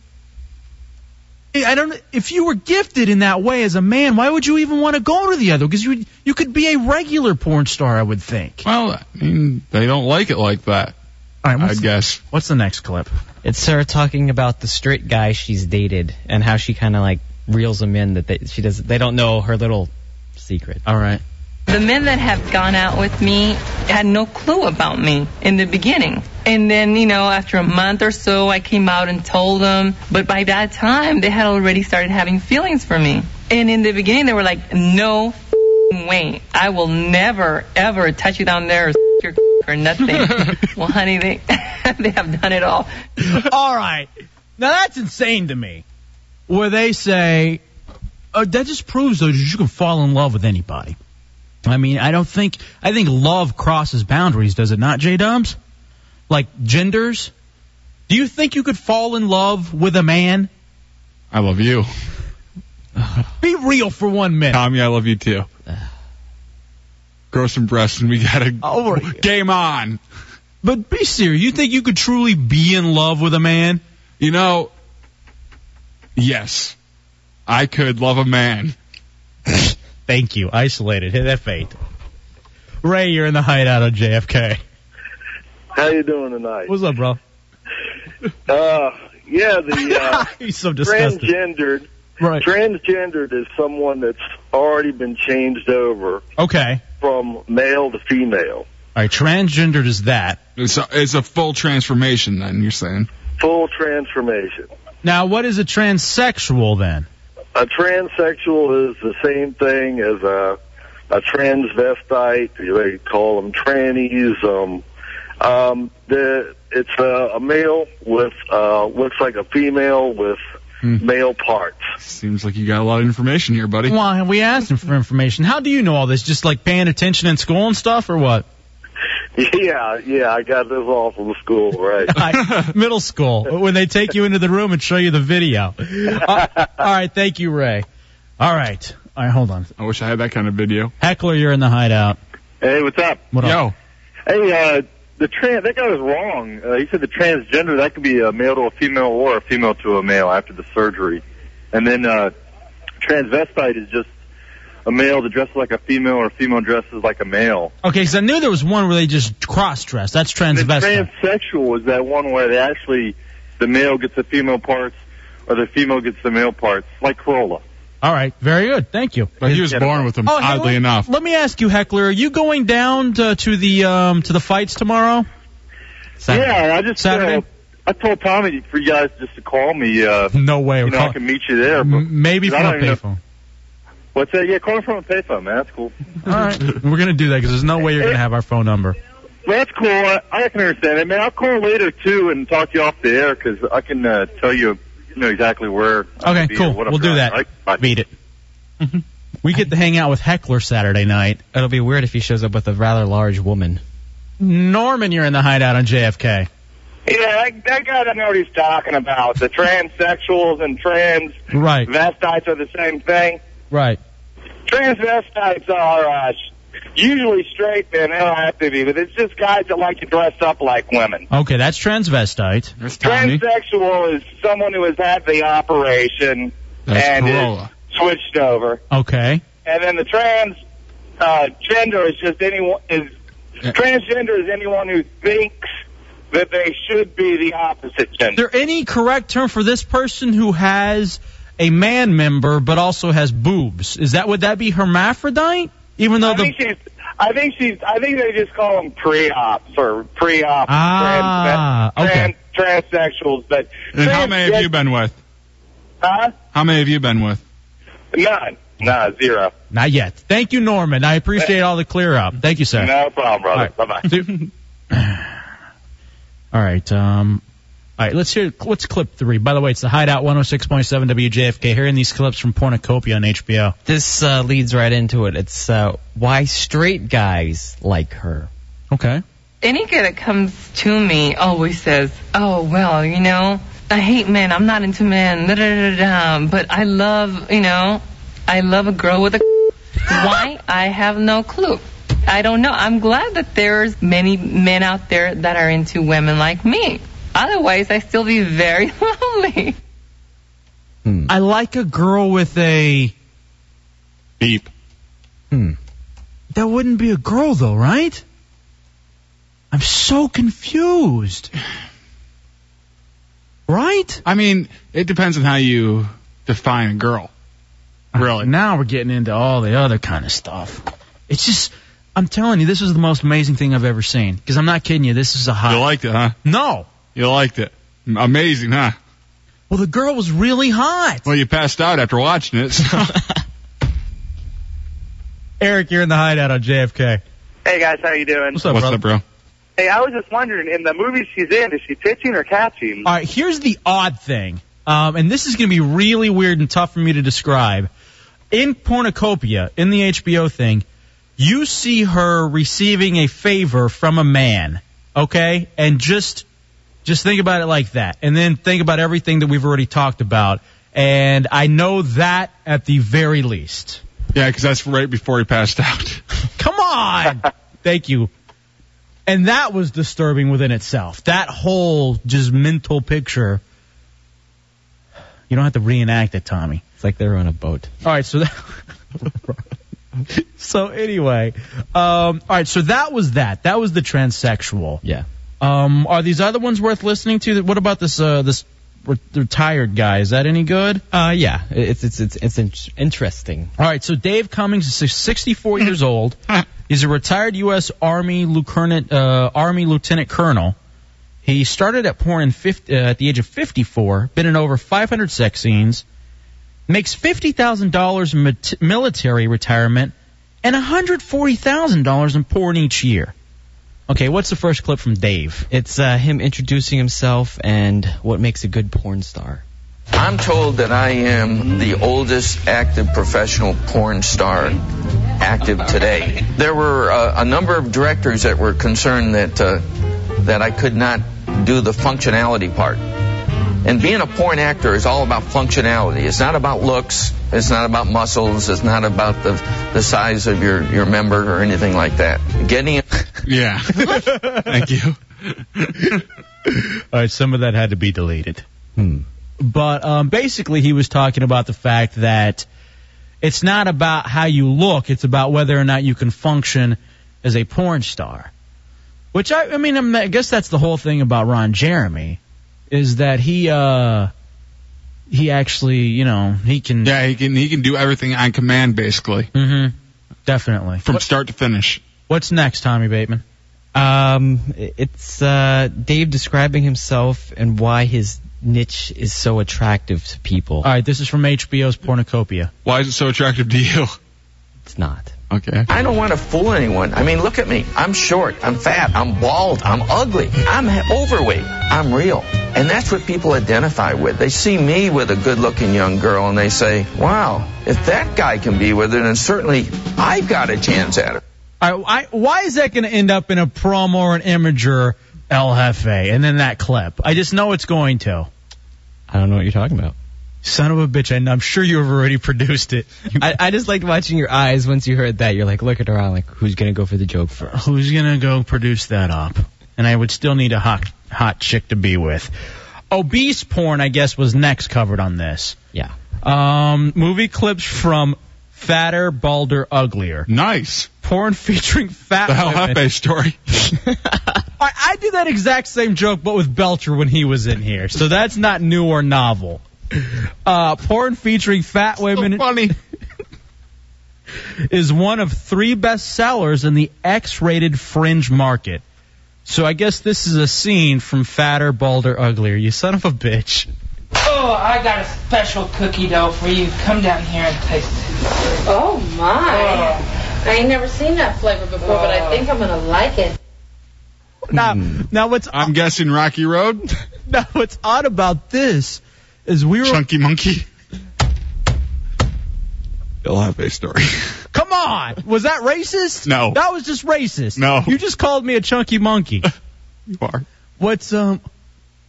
S2: I I don't. If you were gifted in that way as a man, why would you even want to go to the other? Because you you could be a regular porn star, I would think.
S6: Well, I mean, they don't like it like that.
S2: All right,
S6: I
S2: what's,
S6: guess.
S2: what's the next clip?
S16: It's her talking about the straight guy she's dated and how she kind of like reels him in that they, she does. They don't know her little secret.
S2: All right.
S18: The men that have gone out with me had no clue about me in the beginning. And then, you know, after a month or so, I came out and told them. But by that time, they had already started having feelings for me. And in the beginning, they were like, no f***ing way. I will never, ever touch you down there or s- your or nothing. well, honey, they, they have done it all.
S2: All right. Now that's insane to me. Where they say uh, that just proves though that you can fall in love with anybody. I mean, I don't think I think love crosses boundaries, does it not, J Dubs? Like genders. Do you think you could fall in love with a man?
S6: I love you.
S2: Be real for one minute.
S6: Tommy, I love you too. Grow some breasts and we gotta
S2: All right.
S6: game on.
S2: But be serious. You think you could truly be in love with a man?
S6: You know, yes, I could love a man.
S2: Thank you. Isolated. Hit F eight. Ray, you're in the hideout on JFK.
S19: How you doing tonight?
S2: What's up, bro?
S19: Uh, yeah, the uh,
S2: He's so disgusted.
S19: transgendered.
S2: Right.
S19: Transgendered is someone that's already been changed over
S2: Okay.
S19: from male to female,
S2: All right. Transgendered is that.
S6: It's a, it's a full transformation then, you're saying.
S19: full transformation.
S2: Now, what is a transsexual then?
S19: A transsexual is the same thing as a a transvestite. They call them trannies. Um, um, the it's a, a male with uh looks like a female with
S6: Hmm.
S19: male parts.
S6: Seems like you got a lot of information here, buddy.
S2: Why we asked him for information? How do you know all this? Just like paying attention in school and stuff, or what?
S19: Yeah, yeah, I got this all from school, right?
S2: I- middle school when they take you into the room and show you the video. Uh, all right, thank you, Ray. All right, all right, hold on.
S6: I wish I had that kind of video.
S2: Heckler, you're in the hideout.
S19: Hey, what's up?
S2: What up?
S6: Yo,
S19: Hey, uh,
S20: The trans that guy was wrong. Uh, he said the transgender that could be a male to a female or a female to a male after the surgery, and then uh, transvestite is just a male that dresses like a female or a female dresses like a male.
S2: Okay, because I knew there was one where they just cross-dress. That's
S20: And then
S2: transvestite.
S20: transsexual is that one where they actually the male gets the female parts or the female gets the male parts, like Corolla.
S2: all right, very good. Thank you.
S6: but he was
S20: Yeah.
S6: born with them,
S2: Oh, hey,
S6: oddly
S2: let-
S6: enough.
S2: Let me ask you, Heckler, are you going down to, to the um to the fights tomorrow?
S20: Yeah, I just
S2: Saturday?
S20: Uh, I told Tommy for you guys just to call me. Uh,
S2: No way.
S20: you
S2: We're
S20: know, I
S2: calling-
S20: can meet you there. But
S2: M- maybe
S20: I
S2: from a
S20: don't even know-
S2: payphone.
S20: What's that? Yeah, calling from a payphone, man. That's cool.
S2: All right. We're going to do that because there's no way you're going to have our phone number.
S20: Well, that's cool. I, I can understand that, man. I'll call later too and talk to you off the air 'cause I can uh, tell you, you know exactly where. I'm
S2: Okay,
S20: gonna be
S2: cool.
S20: or what I'm
S2: We'll do
S20: driving,
S2: that.
S20: right?
S2: Beat it. we get to hang out with Heckler Saturday night.
S16: It'll be weird if he shows up with a rather large woman.
S2: Norman, you're in the hideout on JFK.
S21: Yeah, that, that guy doesn't know what he's talking about. The transsexuals and
S2: Right,
S21: transvestites are the same thing.
S2: right.
S21: Transvestites are uh, sh- usually straight men. They don't have to be, but it's just guys that like to dress up like women.
S2: Okay, that's transvestite.
S21: Transsexual is someone who has had the operation
S2: That's
S21: and
S2: Corolla.
S21: is switched over.
S2: Okay.
S21: And then the trans uh, gender is just anyone is transgender is anyone who thinks that they should be the opposite gender.
S2: Is there any correct term for this person who has a man member but also has boobs? Is that would that be hermaphrodite? Even though
S21: I
S2: the
S21: think she's. I think she's. I think they just call them pre-ops or pre-op
S6: Ah,
S21: trans,
S6: okay.
S21: trans, transsexuals. But
S6: And how many have you been with?
S21: Huh?
S6: How many have you been with?
S21: None. Nah, zero.
S2: Not yet. Thank you, Norman. I appreciate all the clear up. Thank you, sir.
S21: No problem, brother. Bye
S2: bye. All right. Um, all right. Let's hear. What's clip three? By the way, it's the Hideout 106.7 WJFK. Hearing these clips from Pornocopia on HBO.
S16: This uh, leads right into it. It's uh, why straight guys like her.
S2: Okay.
S18: Any guy that comes to me always says, "Oh well, you know, I hate men. I'm not into men. Da da da da. But I love, you know, I love a girl with a. Why? I have no clue. I don't know. I'm glad that there's many men out there that are into women like me. Otherwise, I still be very lonely.
S6: Hmm.
S2: I like a girl with a beep. Hmm. That wouldn't be a girl though, right? I'm so confused. Right?
S6: I mean, it depends on how you define a girl.
S2: Really? Now we're getting into all the other kind of stuff. It's just, I'm telling you, this is the most amazing thing I've ever seen. Because I'm not kidding you, this is a hot.
S6: You liked it, huh?
S2: No.
S6: You liked it. M- Amazing, huh?
S2: Well, the girl was really hot.
S6: Well, you passed out after watching it. So.
S2: Eric, you're in the hideout on JFK.
S21: Hey guys, how you doing?
S6: What's up, bro?
S21: Hey, I was just wondering, in the movies she's in, is she pitching or catching?
S2: All right, here's the odd thing, um, and this is going to be really weird and tough for me to describe. In Pornocopia, in the HBO thing, you see her receiving a favor from a man, okay? And just just think about it like that, and then think about everything that we've already talked about. And I know that at the very least.
S6: Yeah, because that's right before he passed out.
S2: Come on. Thank you. And that was disturbing within itself. That whole just mental picture. You don't have to reenact it, Tommy.
S16: It's like they're on a boat.
S2: All right, so that. so anyway, um, all right, so that was that. That was the transsexual.
S16: Yeah.
S2: Um, are these other ones worth listening to? What about this uh, this re- retired guy? Is that any good?
S16: Uh, yeah. It's it's it's it's in- interesting.
S2: All right, so Dave Cummings is 64 years old. He's a retired U.S. Army lieutenant, uh, Army lieutenant colonel. He started at porn in 50, uh, at the age of 54. Been in over 500 sex scenes. Makes $50,000 in mat- military retirement and $140,000 in porn each year. Okay, what's the first clip from Dave?
S16: It's uh, him introducing himself and what makes a good porn star.
S22: I'm told that I am the oldest active professional porn star active today. There were uh, a number of directors that were concerned that uh, that I could not do the functionality part. And being a porn actor is all about functionality. It's not about looks. It's not about muscles. It's not about the the size of your your member or anything like that. Getting
S6: yeah. Thank you.
S2: All right, some of that had to be deleted. But um, basically, he was talking about the fact that it's not about how you look; it's about whether or not you can function as a porn star. Which I, I mean, I'm- I guess that's the whole thing about Ron Jeremy, is that he, uh, he actually, you know, he can.
S6: Yeah, he can he can do everything on command basically
S2: Mm-hmm. Definitely.
S6: from start to finish.
S2: What's next, Tommy Bateman?
S16: Um, it's uh, Dave describing himself and why his niche is so attractive to people.
S2: All right, this is from HBO's Pornocopia.
S6: Why is it so attractive to you?
S16: It's not.
S6: Okay.
S22: I don't want to fool anyone. I mean, look at me. I'm short. I'm fat. I'm bald. I'm ugly. I'm he- overweight. I'm real. And that's what people identify with. They see me with a good looking young girl and they say, wow, if that guy can be with her, then certainly I've got a chance at it.
S2: All right, I, why is that going to end up in a promo or an imager El Jefe and then that clip? I just know it's going to.
S16: I don't know what you're talking about.
S2: Son of a bitch, and I'm sure you have already produced it.
S16: I, I just liked watching your eyes once you heard that. You're like looking around, like who's gonna go for the joke first?
S2: Who's going to go produce that up? And I would still need a hot, hot chick to be with. Obese porn, I guess, was next covered on this.
S16: Yeah.
S2: Um, movie clips from Fatter, Balder, Uglier.
S6: Nice.
S2: Porn featuring fat
S6: The hell
S2: women.
S6: Hefe story.
S2: I, I did that exact same joke, but with Belcher when he was in here. So that's not new or novel. Uh, porn featuring fat women is one of three best sellers in the X-rated fringe market. So I guess this is a scene from Fatter, Balder, Uglier. You son of a bitch.
S8: Oh, I got a special cookie dough for you. Come down here and taste it. Oh.
S9: Oh my! I ain't never seen that flavor before, but I think I'm gonna like it.
S2: Now, now what's
S6: Hmm. I'm guessing Rocky Road.
S2: now what's odd about this is we were
S6: Chunky Monkey. El Hefe story.
S2: Come on, was that racist?
S6: No.
S2: that was just racist.
S6: No.
S2: you just called me a chunky monkey.
S6: you are.
S2: What's um,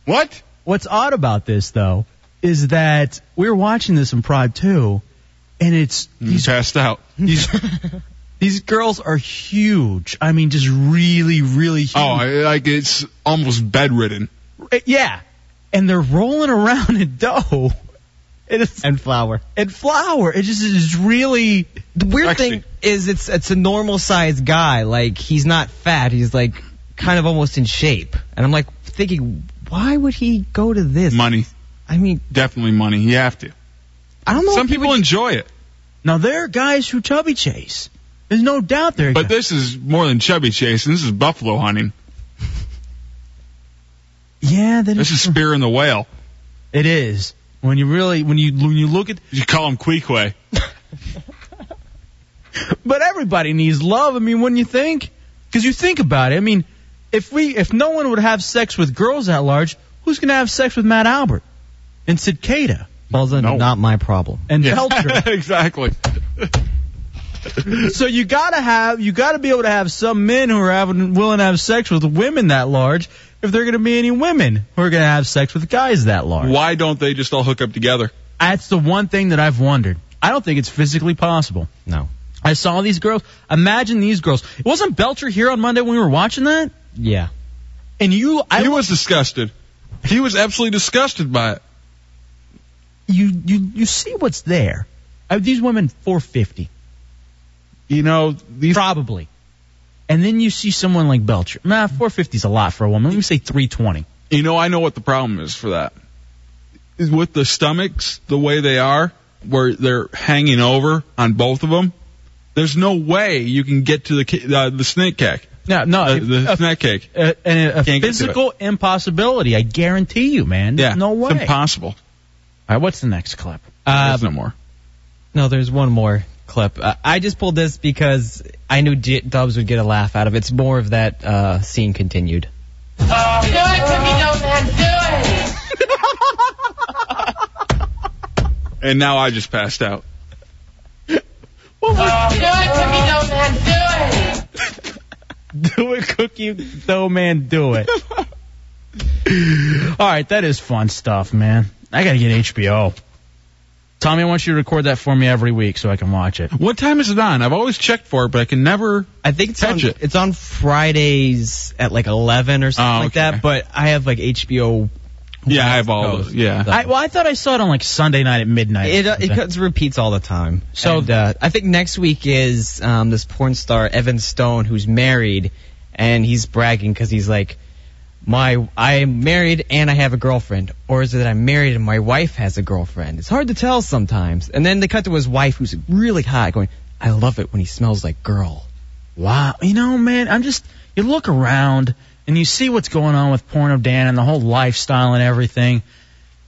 S6: what?
S2: What's odd about this though is that we were watching this in Pride too, and it's
S6: He's passed out.
S2: these these girls are huge. I mean, just really, really huge.
S6: Oh, I- like it's almost bedridden.
S2: Uh, Yeah, and they're rolling around in dough. It is,
S16: and flour.
S2: And flour. It just is really.
S16: The weird thing is it's it's a normal sized guy. Like he's not fat. He's like kind of almost in shape. And I'm like thinking, why would he go to this?
S6: Money.
S16: I mean,
S6: Definitely money. You have to.
S16: I don't know.
S6: Some people enjoy it.
S2: Now there are guys who chubby chase. There's no doubt there. are
S6: But
S2: guys-
S6: this is more than chubby chasing. This is buffalo hunting.
S2: yeah, that
S6: This
S2: is,
S6: is spearing the whale.
S2: it is. When you really, when you when you look at,
S6: You call him Queequeg.
S2: but everybody needs love. I mean, wouldn't you think? Because you think about it. I mean, if we, if no one would have sex with girls at large, who's gonna have sex with Matt Albert and Cicada
S16: Balls under
S6: No.
S16: not my problem.
S2: and
S6: Yeah.
S2: Belcher?
S6: exactly.
S2: so you gotta have you gotta be able to have some men who are having, willing to have sex with women that large if there are gonna be any women who are gonna have sex with guys that large.
S6: Why don't they just all hook up together?
S2: That's the one thing that I've wondered. I don't think it's physically possible.
S16: No.
S2: I saw these girls. Imagine these girls. Wasn't Belcher here on Monday when we were watching that?
S16: Yeah.
S2: And you, I,
S6: he was disgusted. He was absolutely disgusted by it.
S2: you, you, you see what's there. Uh, these women, 450
S6: You know, these
S2: probably. And then you see someone like Belcher. Nah, 450 is a lot for a woman. Let me say 320.
S6: You know, I know what the problem is for that. Is With the stomachs the way they are, where they're hanging over on both of them, there's no way you can get to the ca- uh, the snake cake,
S2: No, no,
S6: uh,
S2: a-
S6: the snack cake.
S2: a, a, a,
S6: Can't get to
S2: physical impossibility. I guarantee you, man. There's
S6: Yeah,
S2: no way.
S6: it's impossible.
S2: All right, what's the next clip?
S16: Uh,
S6: there's no more.
S16: No, there's one more clip. Uh, I just pulled this because I knew J- Dubs would get a laugh out of it. It's more of that uh, scene continued.
S8: Oh,
S9: Do it to me, no man, do it.
S6: And now I just passed out.
S8: Oh,
S9: Do it to me, no man, do it.
S2: do it, cookie dough man, do it. All right, that is fun stuff, man. I gotta get HBO. Tommy, I want you to record that for me every week so I can watch it.
S6: What time is it on? I've always checked for it, but I can never.
S16: I think it's
S6: Catch
S16: on,
S6: it.
S16: it's on Fridays at like 11 or something
S6: Oh,
S16: like
S6: okay.
S16: that, but I have like HBO.
S6: Yeah, I have all those. Yeah.
S2: I, well, I thought I saw it on like Sunday night at midnight.
S16: It, uh, it cuts repeats all the time.
S2: So-
S16: And, uh, I think next week is um, this porn star Evan Stone who's married, and he's bragging because he's like, my I am married and I have a girlfriend, or is it that I'm married and my wife has a girlfriend? It's hard to tell sometimes. And then they cut to his wife who's really hot, going, I love it when he smells like girl.
S2: Wow, you know, man, I'm just you look around and you see what's going on with porno Dan and the whole lifestyle and everything,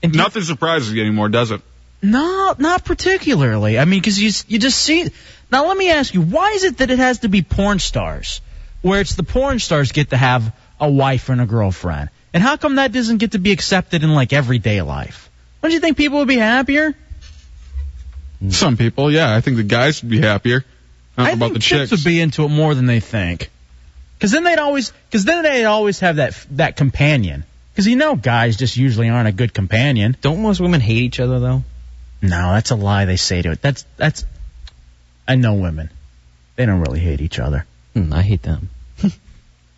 S6: Nothing surprises you anymore, does it?
S2: No, not particularly. I mean, because you you just see. Now let me ask you, why is it that it has to be porn stars, where it's the porn stars get to have a wife and a girlfriend, and how come that doesn't get to be accepted in like everyday life? Don't you think people would be happier?
S6: Some people, yeah. I think the guys would be happier. I don't know about the chicks.
S2: Chicks would be into it more than they think, because then they'd always, because then they'd always have that that companion. Because you know, guys just usually aren't a good companion.
S16: Don't most women hate each other though?
S2: No, that's a lie they say to it. That's that's. I know women. They don't really hate each other.
S16: Hmm, I hate them.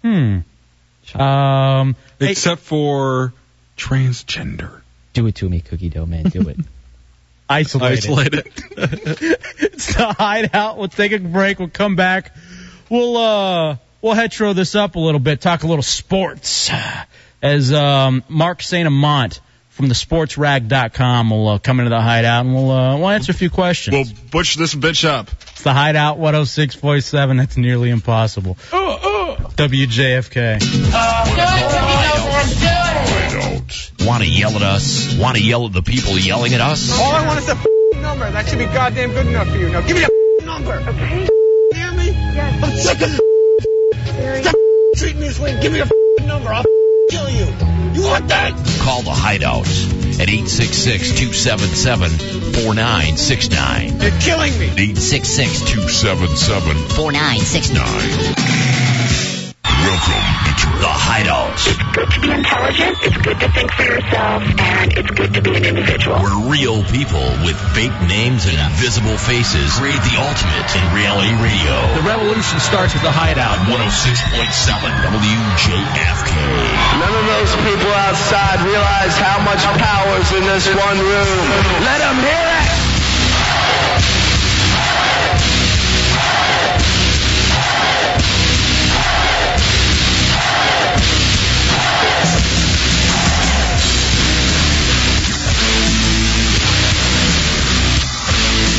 S2: Hmm. Um.
S6: Except for transgender.
S16: Do it to me, Cookie Dough Man. Do it.
S2: Isolate it.
S6: Isolate it.
S2: it's the hideout. We'll take a break. We'll come back. We'll uh we'll hetero this up a little bit. Talk a little sports as um Mark Saint Amant from the sportsrag.com will uh, come into the hideout and we'll uh, we'll answer a few questions. We'll
S6: butch this bitch up.
S2: It's the hideout 106.7. That's nearly impossible. WJFK.
S8: Oh,
S3: Want to yell at us? Want to yell at the people yelling at us?
S7: All I want is a f- number. That should be goddamn good enough for you. Now give me a f- number. Okay. Hear me? Yes. I'm sick of this. Stop f- treating me this way. Give me a f- number. I'll f- kill you. You want that?
S3: Call the hideout at 866 277 4969.
S7: You're killing me.
S3: 866 277 4969. Welcome to the hideout. It's good to be intelligent, it's good to think for yourself, and it's good to be an individual. Where real people with fake names and invisible faces create the ultimate in reality radio. oh The revolution starts with the hideout. 106.7 WJFK.
S7: None of those people outside realize how much power's in this one room. Let them hear it.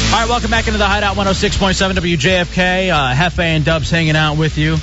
S2: All right, welcome back into the Hideout 106.7 WJFK. Uh, Hefe and Dubs hanging out with you.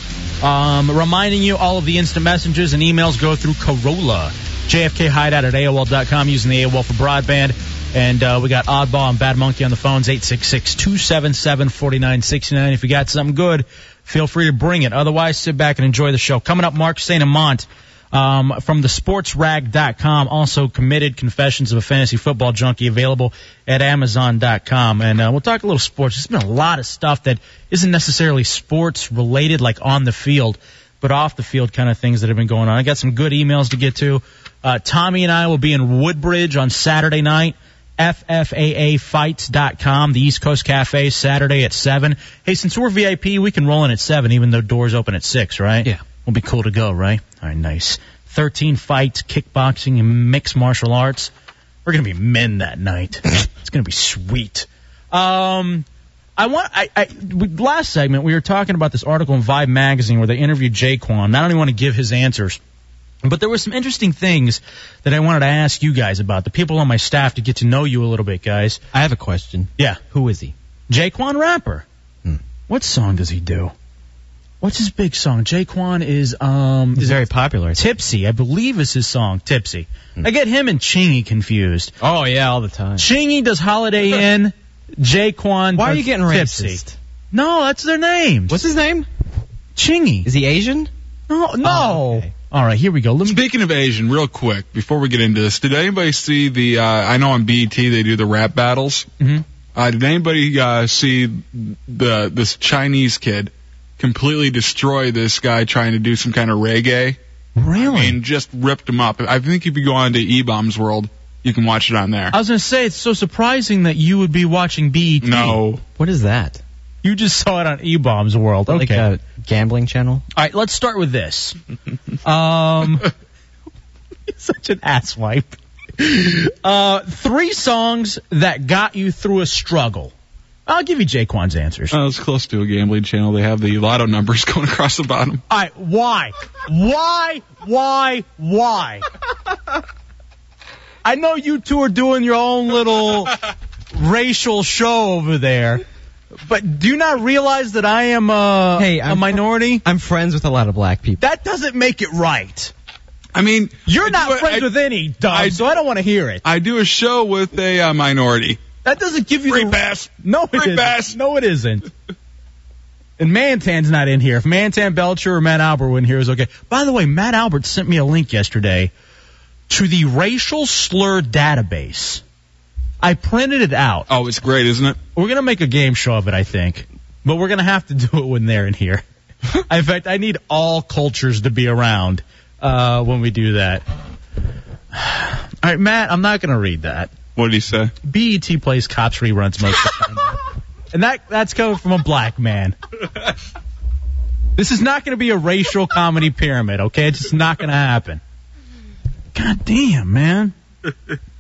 S2: Um, reminding you, all of the instant messages and emails go through Corolla. JFK Hideout at AOL.com using the AOL for broadband. And uh, we got Oddball and Bad Monkey on the phones, 866-277-4969. If you got something good, feel free to bring it. Otherwise, sit back and enjoy the show. Coming up, Mark St. Amant um, from thesportsrag.com. Also, Committed Confessions of a Fantasy Football Junkie available at Amazon.com. And uh, we'll talk a little sports. There's been a lot of stuff that isn't necessarily sports related, like on the field, but off the field kind of things that have been going on. I got some good emails to get to. Uh, Tommy and I will be in Woodbridge on Saturday night. FFAAfights.com, the East Coast Cafe, Saturday at 7. Hey, since we're VIP, we can roll in at 7, even though doors open at 6, right? Yeah. We'll be cool to go, right? All right, nice. 13 fights, kickboxing, and mixed martial arts. We're going to be men that night. it's going to be sweet. Um, I want. I, I we, last segment we were talking about this article in Vibe magazine where they interviewed Jaquan. And I don't even want to give his answers, but there were some interesting things that I wanted to ask you guys about. The people on my staff to get to know you a little bit, guys.
S16: I have a question.
S2: Yeah,
S16: Who is he? Hmm.
S2: Jaquan rapper. What song does he do? What's his big song? Jaquan is um
S16: He's very popular. Hmm.
S2: Tipsy, I believe is his song, Tipsy. I get him and Chingy confused.
S16: Oh yeah, all the time.
S2: Chingy does Holiday Inn, Jaquan
S16: Why are
S2: does
S16: you getting
S2: Tipsy.
S16: racist?
S2: No, that's their name.
S16: What's his name?
S2: Chingy.
S16: Is he Asian? Oh,
S2: No, no. All right, here we go. Let me
S6: Speaking of Asian, real quick, before we get into this, did anybody see the? Uh, I know on BET they do the rap battles.
S2: Mhm.
S6: Uh, did anybody uh, see the this Chinese kid completely destroy this guy trying to do some kind of reggae?
S2: Really?
S6: I mean, just ripped him up. I think if you go on to E Bombs World, you can watch it on there.
S2: I was gonna say it's so surprising that you would be watching BET.
S6: No.
S16: What is that?
S2: You just saw it on E Bombs World. Okay.
S16: Like a gambling channel?
S2: All right, let's start with this. Um, you're such an asswipe. Uh, three songs that got you through a struggle. I'll give you Jaquan's answers.
S6: I was Uh, close to a gambling channel. They have the lotto numbers going across the bottom.
S2: All right, why? Why? Why? Why? I know you two are doing your own little racial show over there, but do you not realize that I am a,
S16: Hey,
S2: a
S16: I'm-
S2: minority?
S16: I'm friends with a lot of black people.
S2: That doesn't make it right.
S6: I mean,
S2: you're not friends with any, Doug, so I don't want to hear it.
S6: I do a show with a uh, minority.
S2: That doesn't give you free the
S6: pass.
S2: No, it
S6: Free
S2: isn't.
S6: pass.
S2: No, it isn't. And Mantan's not in here. If Mantan Belcher or Matt Albert were in here, it was okay. By the way, Matt Albert sent me a link yesterday to the racial slur database. I printed it out.
S6: Oh, it's great, isn't it?
S2: We're gonna make a game show of it, I think, but we're gonna have to do it when they're in here. in fact, I need all cultures to be around uh, when we do that. All right, Matt, I'm not gonna read that.
S6: What did he say?
S2: BET plays cops reruns most of the time. And that that's coming from a black man. This is not going to be a racial comedy pyramid, okay? It's just not going to happen. God damn, man. All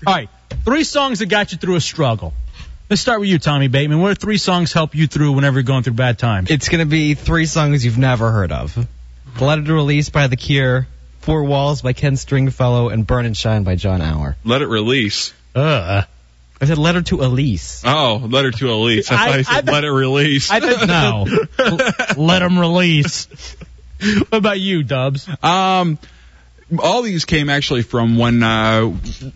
S2: right, three songs that got you through a struggle. Let's start with you, Tommy Bateman. What are three songs help you through whenever you're going through bad times?
S16: It's going to be three songs you've never heard of. The Letter to Release by The Cure, Four Walls by Ken Stringfellow, and Burn and Shine by John Hour.
S6: Let it release.
S2: Uh.
S16: I said Letter to Elise.
S6: Oh, letter to Elise. I thought
S16: I-
S6: he
S16: I
S6: said
S16: bet-
S6: let it release.
S16: I bet-
S2: no. Let them release. What about you, Dubs?
S6: Um, all these came actually from when uh,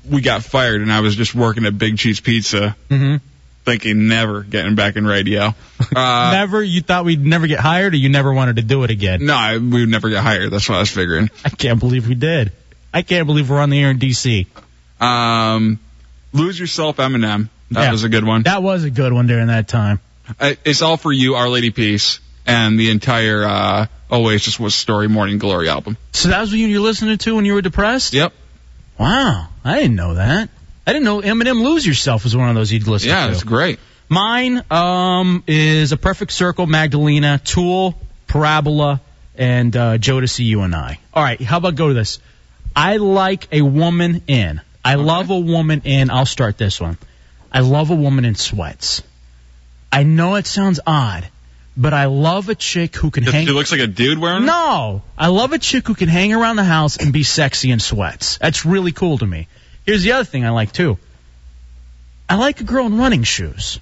S6: we got fired, and I was just working at Big Cheese Pizza,
S2: Mm-hmm.
S6: thinking never getting back in radio. Uh,
S2: never, you thought we'd never get hired, or you never wanted to do it again?
S6: No, I, we would never get hired. That's what I was figuring.
S2: I can't believe we did. I can't believe we're on the air in D.C.
S6: Um, lose yourself, Eminem. That
S2: Yeah.
S6: was a good one.
S2: That was a good one during that time.
S6: I- Uh, It's all for you, Our Lady Peace, and the entire uh, Oasis was Story Morning Glory album.
S2: So that was what you were listening to when you were depressed?
S6: Yep.
S2: Wow. I didn't know that. I didn't know Eminem Lose Yourself was one of those you'd listen
S6: Yeah,
S2: to.
S6: that's great.
S2: Mine um, is A Perfect Circle, Magdalena, Tool, Parabola, and uh, Jodeci, You and I. All right, how about go to this? I like a woman in. I love a woman in. I'll start this one. I love a woman in sweats. I know it sounds odd, but I love a chick who can hang.
S6: It looks like a dude wearing it.
S2: No, I love a chick who can hang around the house and be sexy in sweats. That's really cool to me. Here's the other thing I like too. I like a girl in running shoes.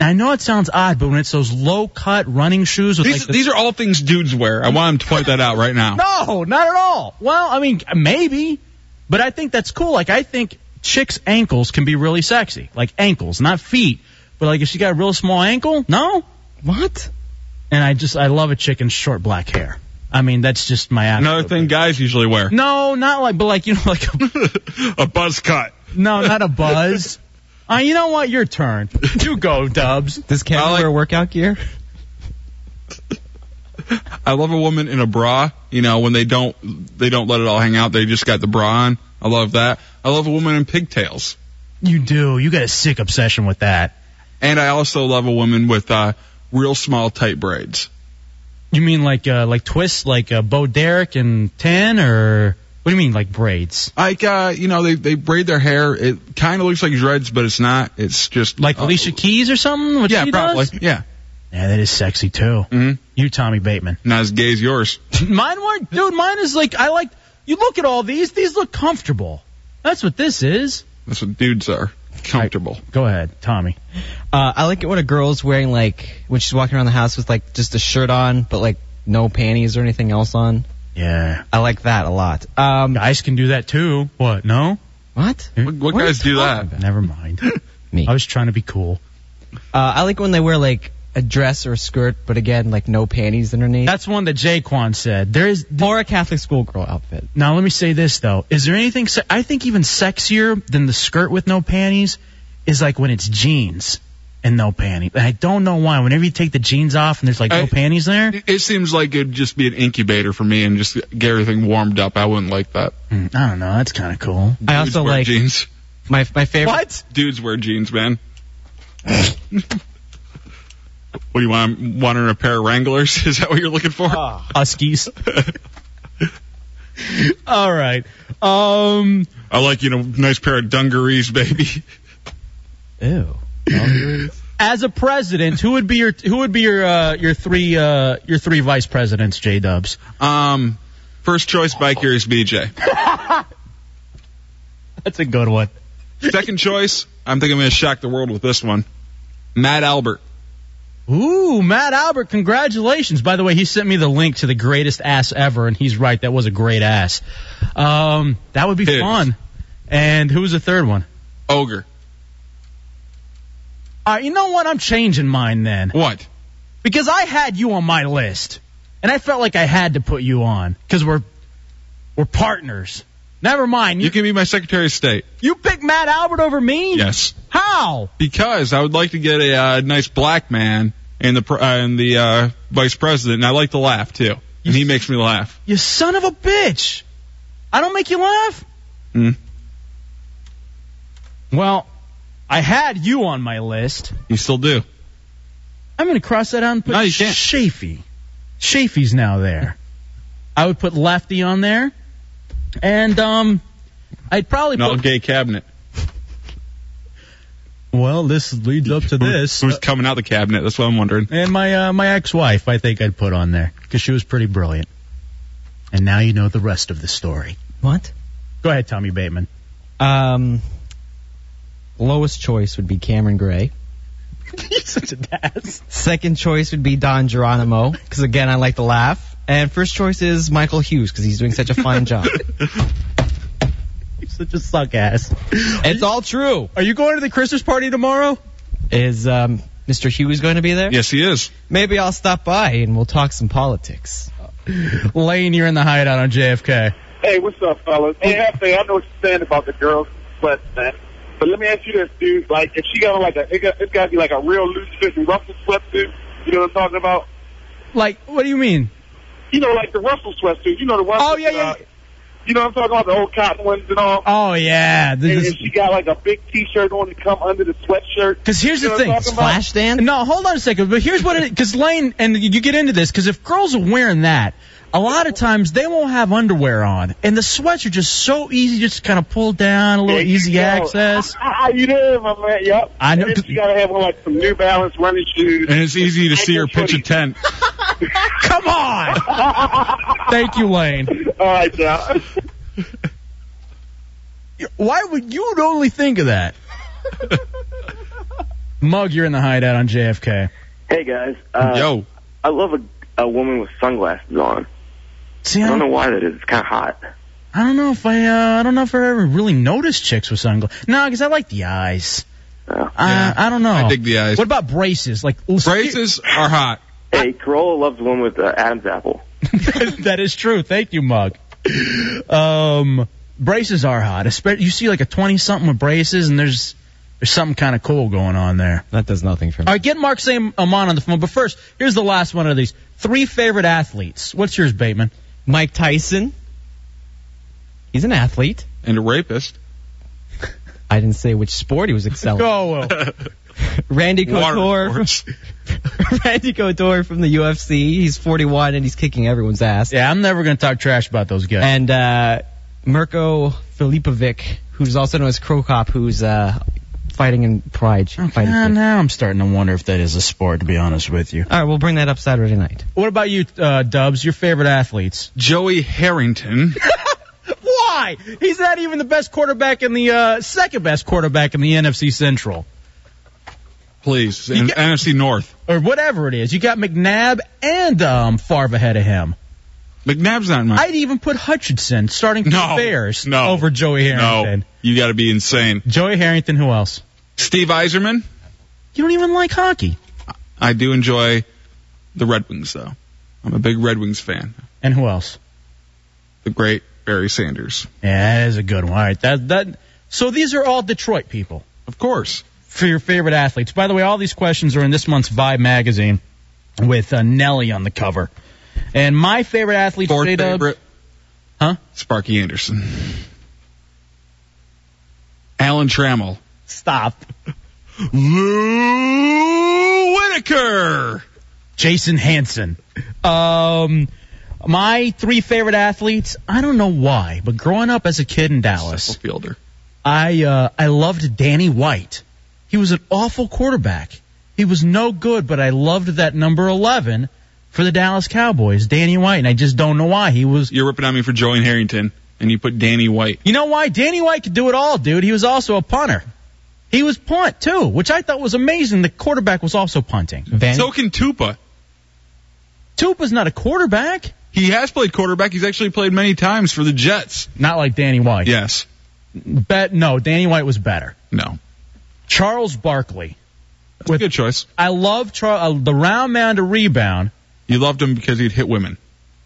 S2: Now, I know it sounds odd, but when it's those low cut running shoes with
S6: These,
S2: like the-
S6: these are all things dudes wear. I want him to point that out right now.
S2: no, not at all. Well, I mean, maybe, but I think that's cool. Like, I think chicks' ankles can be really sexy. Like, ankles, not feet. But, like, if she got a real small ankle, no? What? And I just, I love a chick in short black hair. I mean, that's just my absolute
S6: Another thing guys usually wear.
S2: No, not like, but like, you know, like a,
S6: a buzz cut.
S2: No, not a buzz. Uh, you know what? Your turn. You go, Dubs.
S16: Does Kevin wear workout gear?
S6: I love a woman in a bra. You know, when they don't they don't let it all hang out. They just got the bra on. I love that. I love a woman in pigtails.
S2: You do. You got a sick obsession with that.
S6: And I also love a woman with uh, real small tight braids.
S2: You mean like, uh, like twists, like uh, Bo Derek and Tan, or what do you mean, like braids?
S6: Like uh, you know, they they braid their hair. It kind of looks like dreads, but it's not. It's just
S2: Like
S6: uh,
S2: Alicia Keys or something? What
S6: Yeah,
S2: she
S6: probably.
S2: does?
S6: Yeah,
S2: Yeah, that is sexy too.
S6: Mhm.
S2: You, Tommy Bateman.
S6: not as gay as yours.
S2: mine weren't, dude. Mine is like I like. You look at all these; these look comfortable. That's what this is.
S6: That's what dudes are comfortable.
S2: Go ahead, Tommy.
S16: Uh, I like it when a girl's wearing like when she's walking around the house with like just a shirt on, but like no panties or anything else on.
S2: Yeah,
S16: I like that a lot. Um,
S2: guys can do that too. What? No.
S16: What?
S6: What, what
S16: What are
S6: guys
S16: you
S6: do that?
S2: Never mind.
S16: Me.
S2: I was trying to be cool.
S16: Uh, I like when they wear like a dress or a skirt, but again like no panties underneath.
S2: That's one that Jaquan said. There is
S16: or a Catholic schoolgirl outfit.
S2: Now let me say this though: Is there anything? Se- I think even sexier than the skirt with no panties is like when it's jeans and no panties. I don't know why. Whenever you take the jeans off and there's like no
S6: I-
S2: panties there,
S6: It- It seems like it'd just be an incubator for me and just get everything warmed up. I wouldn't like that.
S2: Hmm, I don't know. That's kind of cool.
S16: I
S6: Dudes
S16: also
S6: wear
S16: like
S6: jeans.
S16: my my favorite.
S2: What?
S6: Dudes wear jeans, man. what do you want? Wanting a pair of Wranglers? Is that what you're looking for?
S2: Ah, Huskies. All right. Um.
S6: I like you know, nice pair of dungarees, baby.
S16: Ew.
S2: As a president, who would be your who would be your uh, your three uh, your three vice presidents, J Dubs?
S6: Um, first choice by Curious BJ.
S2: That's a good one.
S6: Second choice, I'm thinking I'm gonna shock the world with this one. Matt Albert.
S2: Ooh, Matt Albert, congratulations. By the way, he sent me the link to the greatest ass ever, and he's right. That was a great ass. Um, that would be fun. And who was the third one?
S6: Ogre.
S2: Uh, you know what? I'm changing mine then.
S6: What?
S2: Because I had you on my list, and I felt like I had to put you on because we're we're partners. Never mind. You,
S6: you can be my Secretary of State.
S2: You picked Matt Albert over me?
S6: Yes.
S2: How?
S6: Because I would like to get a uh, nice black man in the pr- uh, in the uh, vice president, and I like to laugh too. And he makes me laugh.
S2: You son of a bitch! I don't make you laugh.
S6: Hmm.
S2: Well, I had you on my list.
S6: You still do.
S2: I'm going to cross that out and put
S6: No, you can't.
S2: Shafee. Shafee's now there. I would put Lefty on there, and um, I'd probably
S6: An all
S2: put.
S6: gay cabinet.
S2: Well, this leads up to this.
S6: Who's coming out the cabinet? That's what I'm wondering.
S2: And my uh, my ex-wife, I think I'd put on there because she was pretty brilliant. And now you know the rest of the story.
S16: What?
S2: Go ahead, Tommy Bateman.
S16: Um, lowest choice would be Cameron Gray.
S2: You're such an ass.
S16: Second choice would be Don Geronimo, because again, I like to laugh. And first choice is Michael Hughes, because he's doing such a fine job.
S2: You're such a suck ass.
S16: It's all true.
S2: Are you going to the Christmas party tomorrow?
S16: Is um, Mr. Hughes going to be there?
S6: Yes, he is.
S16: Maybe I'll stop by and we'll talk some politics.
S2: Lane, you're in the hideout on JFK.
S21: Hey, what's up, fellas? Hey, Hefe, I know what you're saying about the girls, but uh, but let me ask you this, dude. Like, if she got on like a, it got, it's got to be like a real loose fit and Russell sweatsuit. You know what I'm talking about?
S2: Like, what do you mean?
S21: You know, like the Russell sweatsuit. You know the one.
S2: Oh, yeah, yeah.
S21: Uh, you know what I'm talking about? The old cotton ones and all.
S2: Oh yeah,
S21: And, and she got like a big T-shirt on to come under the sweatshirt.
S2: Because here's
S21: You know
S2: the
S21: what I'm
S2: thing,
S21: talking about?
S2: dance. No, hold on a second. But here's what it. Because Lane and you get into this because if girls are wearing that, a lot of times they won't have underwear on, and the sweats are just so easy, just kind of pull down, a little
S21: There you
S2: easy
S21: go.
S2: access.
S21: Ah, you there, my man? Yep.
S2: I know-
S21: And then she gotta have on like some New Balance running shoes.
S6: And it's easy to see her pitch a tent.
S2: Come on. Thank you, Lane.
S21: All right, now.
S2: Why would you would only think of that? Mug, you're in the hideout on JFK.
S4: Hey guys. Uh,
S6: Yo.
S4: I love a, a woman with sunglasses on.
S2: See,
S4: I
S2: I'm-
S4: don't know why that is. It's kind of hot.
S2: I don't know if I, uh, I don't know if I ever really noticed chicks with sunglasses. No, because I like the eyes. Uh, I don't know. I dig
S6: the eyes.
S2: What about braces? Like
S6: braces are hot.
S4: Hey, Corolla loves one with uh, Adam's apple.
S2: that is true. Thank you, Mug. Um, braces are hot. Espe- You see like a twenty-something with braces, and there's there's something kind of cool going on there.
S16: That does nothing for
S2: All
S16: me.
S2: right, get Mark Sam Amon on the phone. But first, here's the last one of these three favorite athletes. What's yours, Bateman?
S16: Mike Tyson. He's an athlete.
S6: And a rapist.
S16: I didn't say which sport he was excelling.
S2: Go.
S16: Randy
S6: Water
S16: Couture. Randy Couture from the UFC. He's 41 and he's kicking everyone's ass.
S2: Yeah, I'm never going to talk trash about those guys.
S16: And uh, Mirko Filipovic, who's also known as Krokop, who's uh, fighting in Pride. Fighting
S2: Ah, now I'm starting to wonder if that is a sport. To be honest with you.
S16: All right, we'll bring that up Saturday night.
S2: What about you, uh, Dubs? Your favorite athletes?
S6: Joey Harrington.
S2: Why? He's not even the best quarterback in the uh, second best quarterback in the NFC Central.
S6: Please. And NFC North.
S2: or whatever it is. You got McNabb and um, Favre ahead of him.
S6: McNabb's not in my.
S2: I'd even put Hutchinson starting for
S6: No,
S2: the Bears
S6: no,
S2: over Joey Harrington.
S6: no. You got to be insane.
S2: Joey Harrington, who else?
S6: Steve Eiserman.
S2: You don't even like hockey.
S6: I do enjoy the Red Wings though. I'm a big Red Wings fan.
S2: And who else?
S6: The great Barry Sanders.
S2: Yeah, that is a good one. All right, that that. So these are all Detroit people
S6: Of course.
S2: for your favorite athletes. By the way, all these questions are in this month's Vibe magazine with uh, Nelly on the cover. And my favorite athlete,
S6: Fourth
S2: J-Dub-
S6: favorite.
S2: Huh?
S6: Sparky Anderson. Alan Trammell.
S2: Stop.
S6: Lou Whitaker.
S2: Jason Hansen. Um, my three favorite athletes. I don't know why, but growing up as a kid in Dallas,
S6: Fielder.
S2: I uh, I loved Danny White. He was an awful quarterback. He was no good, but I loved that number eleven for the Dallas Cowboys, Danny White, and I just don't know why he was.
S6: You're ripping on me for Joey Harrington, and you put Danny White.
S2: You know why? Danny White could do it all, dude. He was also a punter. He was punt too, which I thought was amazing. The quarterback was also punting.
S6: So can Tupa.
S2: Tupa's not a quarterback.
S6: He has played quarterback. He's actually played many times for the Jets.
S2: Not like Danny White.
S6: Yes.
S2: Bet no, Danny White was better.
S6: No.
S2: Charles Barkley.
S6: That's a good choice.
S2: I love Char- uh, the round man to rebound.
S6: You loved him because he'd hit women.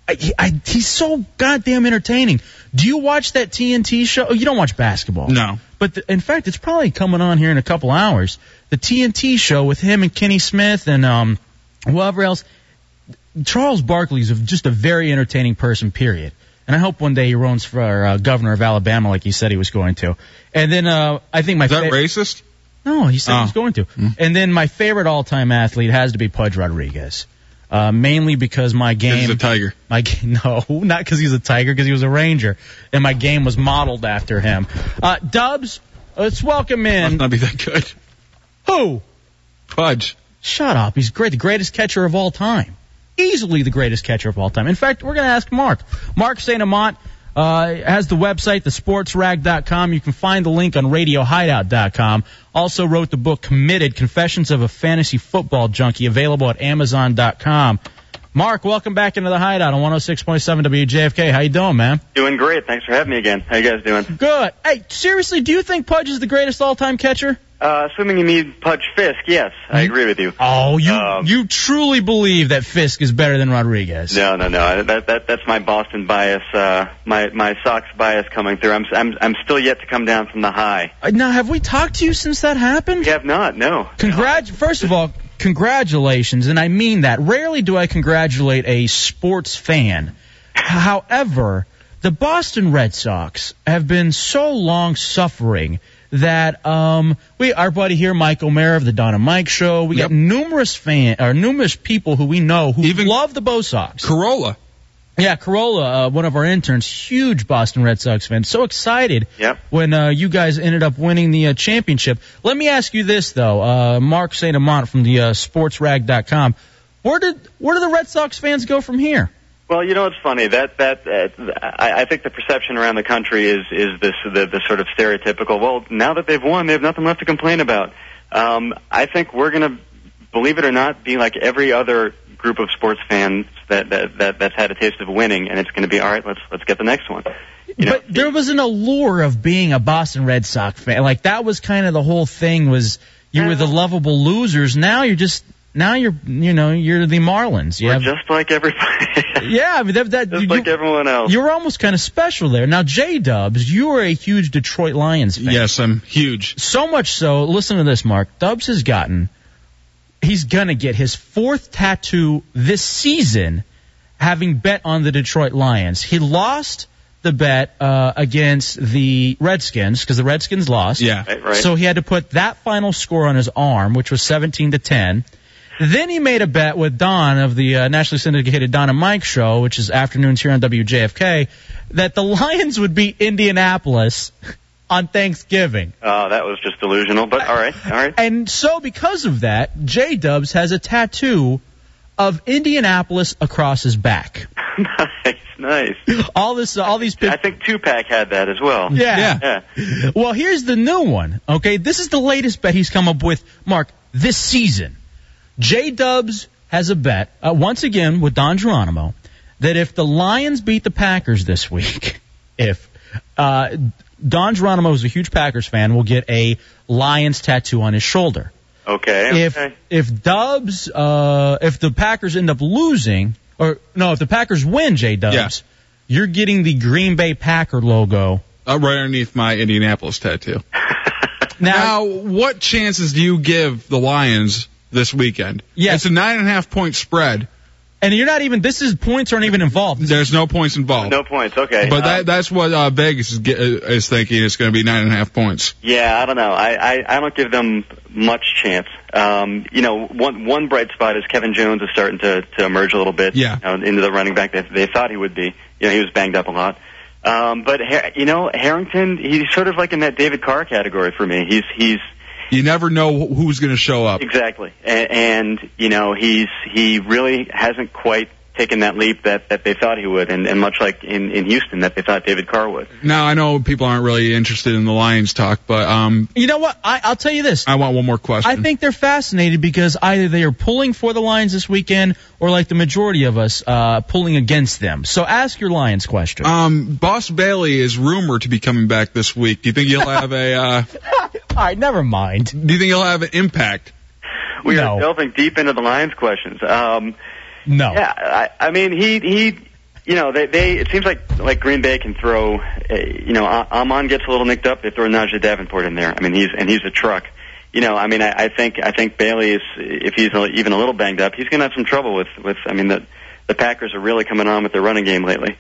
S2: I, he- I, he's so goddamn entertaining. Do you watch that TNT show? Oh, you don't watch basketball.
S6: No.
S2: But the, in fact, it's probably coming on here in a couple hours. The TNT show with him and Kenny Smith and um, whoever else. Charles Barkley's a, just a very entertaining person. Period. And I hope one day he runs for uh, governor of Alabama like he said he was going to. And then uh, I think my
S6: Is that
S2: fa-
S6: racist? Oh. Hmm.
S2: no, he said he was going to. And then my favorite all-time athlete has to be Pudge Rodriguez, uh, mainly because my game.
S6: He's a tiger.
S2: My g- no, not because he's a tiger, because he was a ranger, and my game was modeled after him. Uh, Dubs, let's welcome in.
S6: Must not be that good.
S2: Who?
S6: Pudge.
S2: Shut up. He's great. The greatest catcher of all time. Easily the greatest catcher of all time. In fact, we're going to ask Mark. Mark St. Amant uh, has the website, thesportsrag.com. You can find the link on radiohideout.com. Also wrote the book Committed Confessions of a Fantasy Football Junkie, available at amazon.com. Mark, welcome back into the hideout on 106.7 WJFK. How you doing, man?
S10: Doing great. Thanks for having me again. How you guys doing?
S2: Good. Hey, seriously, do you think Pudge is the greatest all-time catcher?
S10: Uh, swimming in me, Pudge Fisk. Yes, I agree with you. Um,
S2: Oh, you you truly believe that Fisk is better than Rodriguez?
S10: No, no, no. I- That, that that's my Boston bias, uh, my my Sox bias coming through. I'm I'm I'm still yet to come down from the high.
S2: Uh, Now, have we talked to you since that happened?
S10: We have not. No.
S2: Congrat- First of all, congratulations, and I mean that. Rarely do I congratulate a sports fan. However, the Boston Red Sox have been so long suffering that um, we, our buddy here, Mike O'Mara of the Don and Mike Show, we got numerous fan or numerous people who we know who love the Bo Sox.
S6: Corolla.
S2: Yeah, Corolla, uh, one of our interns, huge Boston Red Sox fan, so excited
S10: Yep.
S2: when uh, you guys ended up winning the uh, championship. Let me ask you this though, uh, Mark Saint Amant from the uh, SportsRag.com, where did where do the Red Sox fans go from here?
S10: Well, you know it's funny that that uh, I, I think the perception around the country is is this the, the sort of stereotypical. Well, now that they've won, they have nothing left to complain about. Um, I think we're going to, believe it or not, be like every other group of sports fans that, that that that's had a taste of winning, and it's going to be all right. Let's let's get the next one.
S2: but there was an allure of being a Boston Red Sox fan, like that was kind of the whole thing. Was you were the lovable losers. Now you're just now you're you know you're the Marlins. You
S10: We're
S2: have-
S10: just like everybody.
S2: yeah, I mean that, that
S10: just like everyone else.
S2: You were almost kind of special there. Now, J Dubs, you are a huge Detroit Lions fan.
S6: Yes, I'm huge.
S2: So much so, listen to this, Mark. Dubs has gotten, he's going to get his fourth tattoo this season having bet on the Detroit Lions. He lost the bet uh, against the Redskins because the Redskins lost.
S6: Yeah.
S10: Right, right.
S2: So he had to put that final score on his arm, which was 17 to 10. Then he made a bet with Don of the uh, nationally syndicated Don and Mike show, which is afternoons here on WJFK, that the Lions would beat Indianapolis on Thanksgiving.
S10: Uh, that was just delusional, but all right, all right.
S2: And so because of that, J Dubs has a tattoo of Indianapolis across his back.
S10: nice, nice.
S2: All this, all these. Pic-
S10: I think Tupac had that as well.
S2: Yeah.
S10: yeah.
S2: Well, here's the new one. Okay, this is the latest bet he's come up with, Mark, this season. J Dubs has a bet, uh, once again with Don Geronimo, that if the Lions beat the Packers this week, if uh, Don Geronimo is a huge Packers fan, will get a Lions tattoo on his shoulder.
S10: Okay.
S2: if if Dubs uh, if the Packers end up losing or no if the Packers win J Dubs you're getting the Green Bay Packer logo
S6: Uh, right underneath my Indianapolis tattoo.
S2: now,
S6: what chances do you give the Lions this weekend?
S2: Yeah.
S6: It's a nine and a half point spread.
S2: and you're not even this is points aren't even involved
S6: There's no points involved.
S10: No points. Okay.
S6: But
S10: Uh,
S6: that, that's what uh, Vegas is, get, uh, is thinking. It's going to be nine and a half points.
S10: Yeah, I don't know. I, I, I don't give them much chance. Um, you know, one one bright spot is Kevin Jones is starting to, to emerge a little bit.
S6: Yeah.
S10: you know, into the running back that they thought he would be. You know, he was banged up a lot. Um, but Har- you know, Harrington, he's sort of like in that David Carr category for me. He's he's
S6: You never know wh- who's going to show up.
S10: Exactly, and, and you know he's he really hasn't quite taken that leap that, that they thought he would, and, and much like in, in Houston, that they thought David Carr would.
S6: Now I know people aren't really interested in the Lions talk, but um,
S2: you know what? I, I'll tell you this.
S6: I want one more question.
S2: I think they're fascinated because either they are pulling for the Lions this weekend, or like the majority of us, uh, pulling against them. So ask your Lions question.
S6: Um, Boss Bailey is rumored to be coming back this week. Do you think he'll have a? Uh,
S2: All right, never mind.
S6: Do you think he'll have an impact?
S10: We are delving deep into the Lions questions. Um,
S2: no.
S10: Yeah, I, I mean he he, you know they they it seems like like Green Bay can throw, uh, you know A- Amon gets a little nicked up. They throw Najee Davenport in there. I mean he's and he's a truck. You know, I mean, I, I think I think Bailey is if he's a- even a little banged up, he's going to have some trouble with with. I mean the the Packers are really coming on with their running game lately.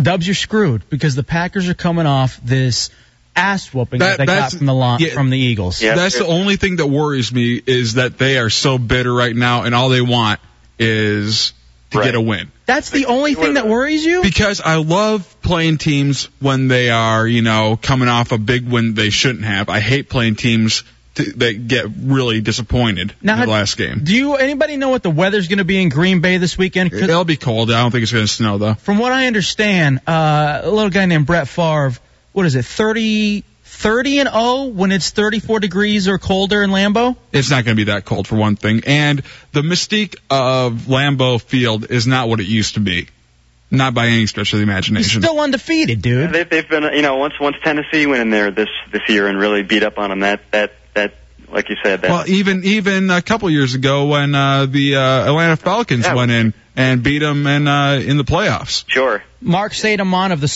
S2: Dubs, you're screwed because the Packers are coming off this ass whooping that,
S6: That-
S2: they got
S6: that's-
S2: from the Lion,
S6: yeah.
S2: from the Eagles.
S6: That's the only thing that worries me is that they are so bitter right now, and all they want is to get a win.
S2: That's the only thing that worries you.
S6: Because I love playing teams when they are, you know, coming off a big win they shouldn't have. I hate playing teams t that get really disappointed
S2: Now,
S6: in the last game.
S2: Do you anybody know what the weather's going to be in Green Bay this weekend? 'Cause
S6: It'll be cold. I don't think it's going to snow though.
S2: From what I understand, uh, a little guy named Brett Favre, what is it, 30, 30 and 0 when it's 34 degrees or colder in Lambeau?
S6: It's not going to be that cold for one thing, and the mystique of Lambeau Field is not what it used to be. Not by any stretch of the imagination.
S2: Still undefeated, dude.
S10: They've, they've been, you know, once once Tennessee went in there this this year and really beat up on them. That that that, like you said, that
S6: Well, even even a couple years ago when uh, the uh, Atlanta Falcons went in and beat them in uh, in the playoffs.
S10: Sure.
S2: Mark Sadamon of the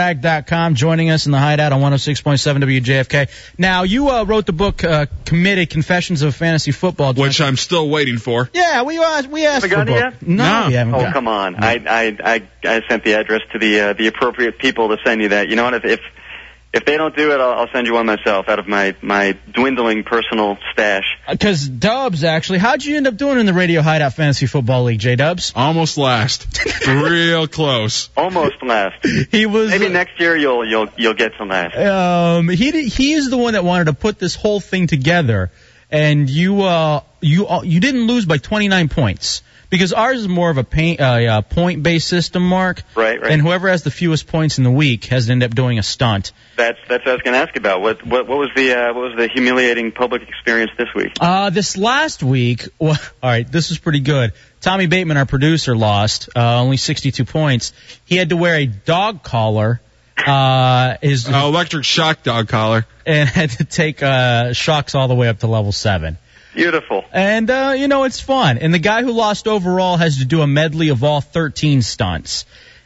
S2: sportsrag.com joining us in the hideout on 106.7 WJFK. Now, you uh, wrote the book uh, Committed Confessions of Fantasy Football.
S6: Which I'm still waiting for.
S2: Yeah, we asked, we asked
S10: Haven't
S2: for
S10: gotten
S2: a
S10: it
S2: book. No, we haven't
S10: Oh,
S2: gotten
S10: come on. I, I I I sent the address to the uh, the appropriate people to send you that. You know what? If if, if they don't do it, I'll, I'll send you one myself out of my my dwindling personal stash.
S2: Because Dubs, actually, how'd you end up doing in the Radio Hideout Fantasy Football League, J Dubs?
S6: Almost last. Real close.
S10: Almost left.
S2: He was uh,
S10: maybe next year you'll you'll you'll get some last.
S2: Um, he did, he is the one that wanted to put this whole thing together, and you uh you uh, you didn't lose by 29 points because ours is more of a paint, uh, uh, point based system, Mark.
S10: Right, right.
S2: And whoever has the fewest points in the week has to end up doing a stunt.
S10: That's that's what I was going to ask about. What what what was the uh, what was the humiliating public experience this week?
S2: Uh, this last week, well, all right, this is pretty good. Tommy Bateman, our producer, lost uh, only 62 points. He had to wear a dog collar. Uh, his
S6: Uh, electric shock dog collar.
S2: and had to take uh, shocks all the way up to level seven.
S10: Beautiful.
S2: And uh, you know it's fun. And the guy who lost overall has to do a medley of all 13 stunts,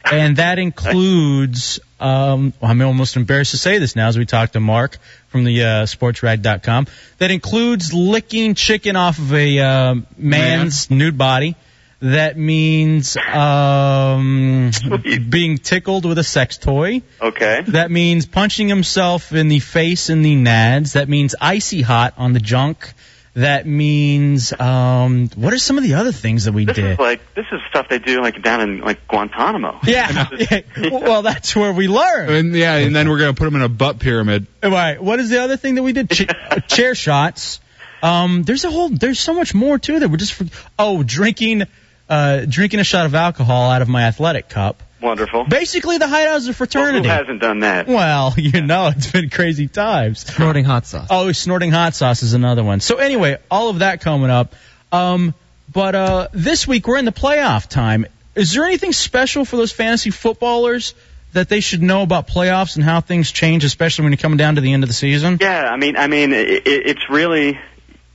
S2: and that includes. Um, well, I'm almost embarrassed to say this now, as we talked to Mark from the uh, SportsRag.com. That includes licking chicken off of a uh, man's nude body. That means um, being tickled with a sex toy.
S10: Okay.
S2: That means punching himself in the face in the nads. That means icy hot on the junk. That means um, what are some of the other things that we
S10: This
S2: did?
S10: is like this is stuff they do like down in like Guantanamo.
S2: yeah, yeah. Well, that's where we learn.
S6: And yeah, and then we're gonna put him in a butt pyramid.
S2: All right. What is the other thing that we did? Ch- uh, chair shots. Um, there's a whole. There's so much more too that we're just. For- oh, drinking, uh, drinking a shot of alcohol out of my athletic cup.
S10: Wonderful.
S2: Basically, the hideout is a fraternity.
S10: Well, who hasn't done that?
S2: Well, you know, it's been crazy times. Snorting hot sauce. Oh, snorting hot sauce is another one. So anyway, all of that coming up. Um, but uh, this week we're in the playoff time. Is there anything special for those fantasy footballers that they should know about playoffs and how things change, especially when you come down to the end of the season?
S10: Yeah, I mean, I mean, it, it's really,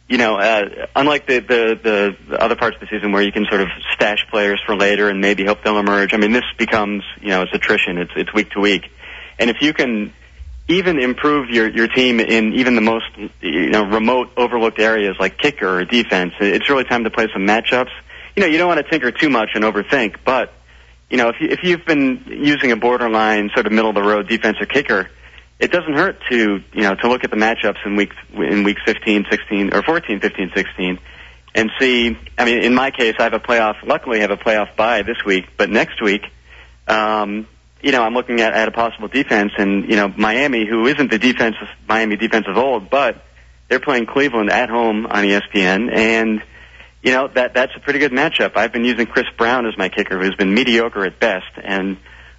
S10: you know, uh, unlike the, the the other parts of the season where you can sort of stash players for later and maybe hope they'll emerge. I mean, this becomes, you know, it's attrition. It's it's week to week, and if you can even improve your your team in even the most you know remote overlooked areas like kicker or defense, it's really time to play some matchups. You know, you don't want to tinker too much and overthink, but you know, if you, if you've been using a borderline sort of middle of the road defense or kicker, it doesn't hurt to you know to look at the matchups in week in week 15, 16, or 14, 15, 16, and see. I mean, in my case, I have a playoff. Luckily, I have a playoff bye this week, but next week, um, you know, I'm looking at, at a possible defense, and you know, Miami, who isn't the defense E Miami defense of old, but they're playing Cleveland at home on ESPN, and you know that that's a pretty good matchup. I've been using Chris Brown as my kicker, who's been mediocre at best, and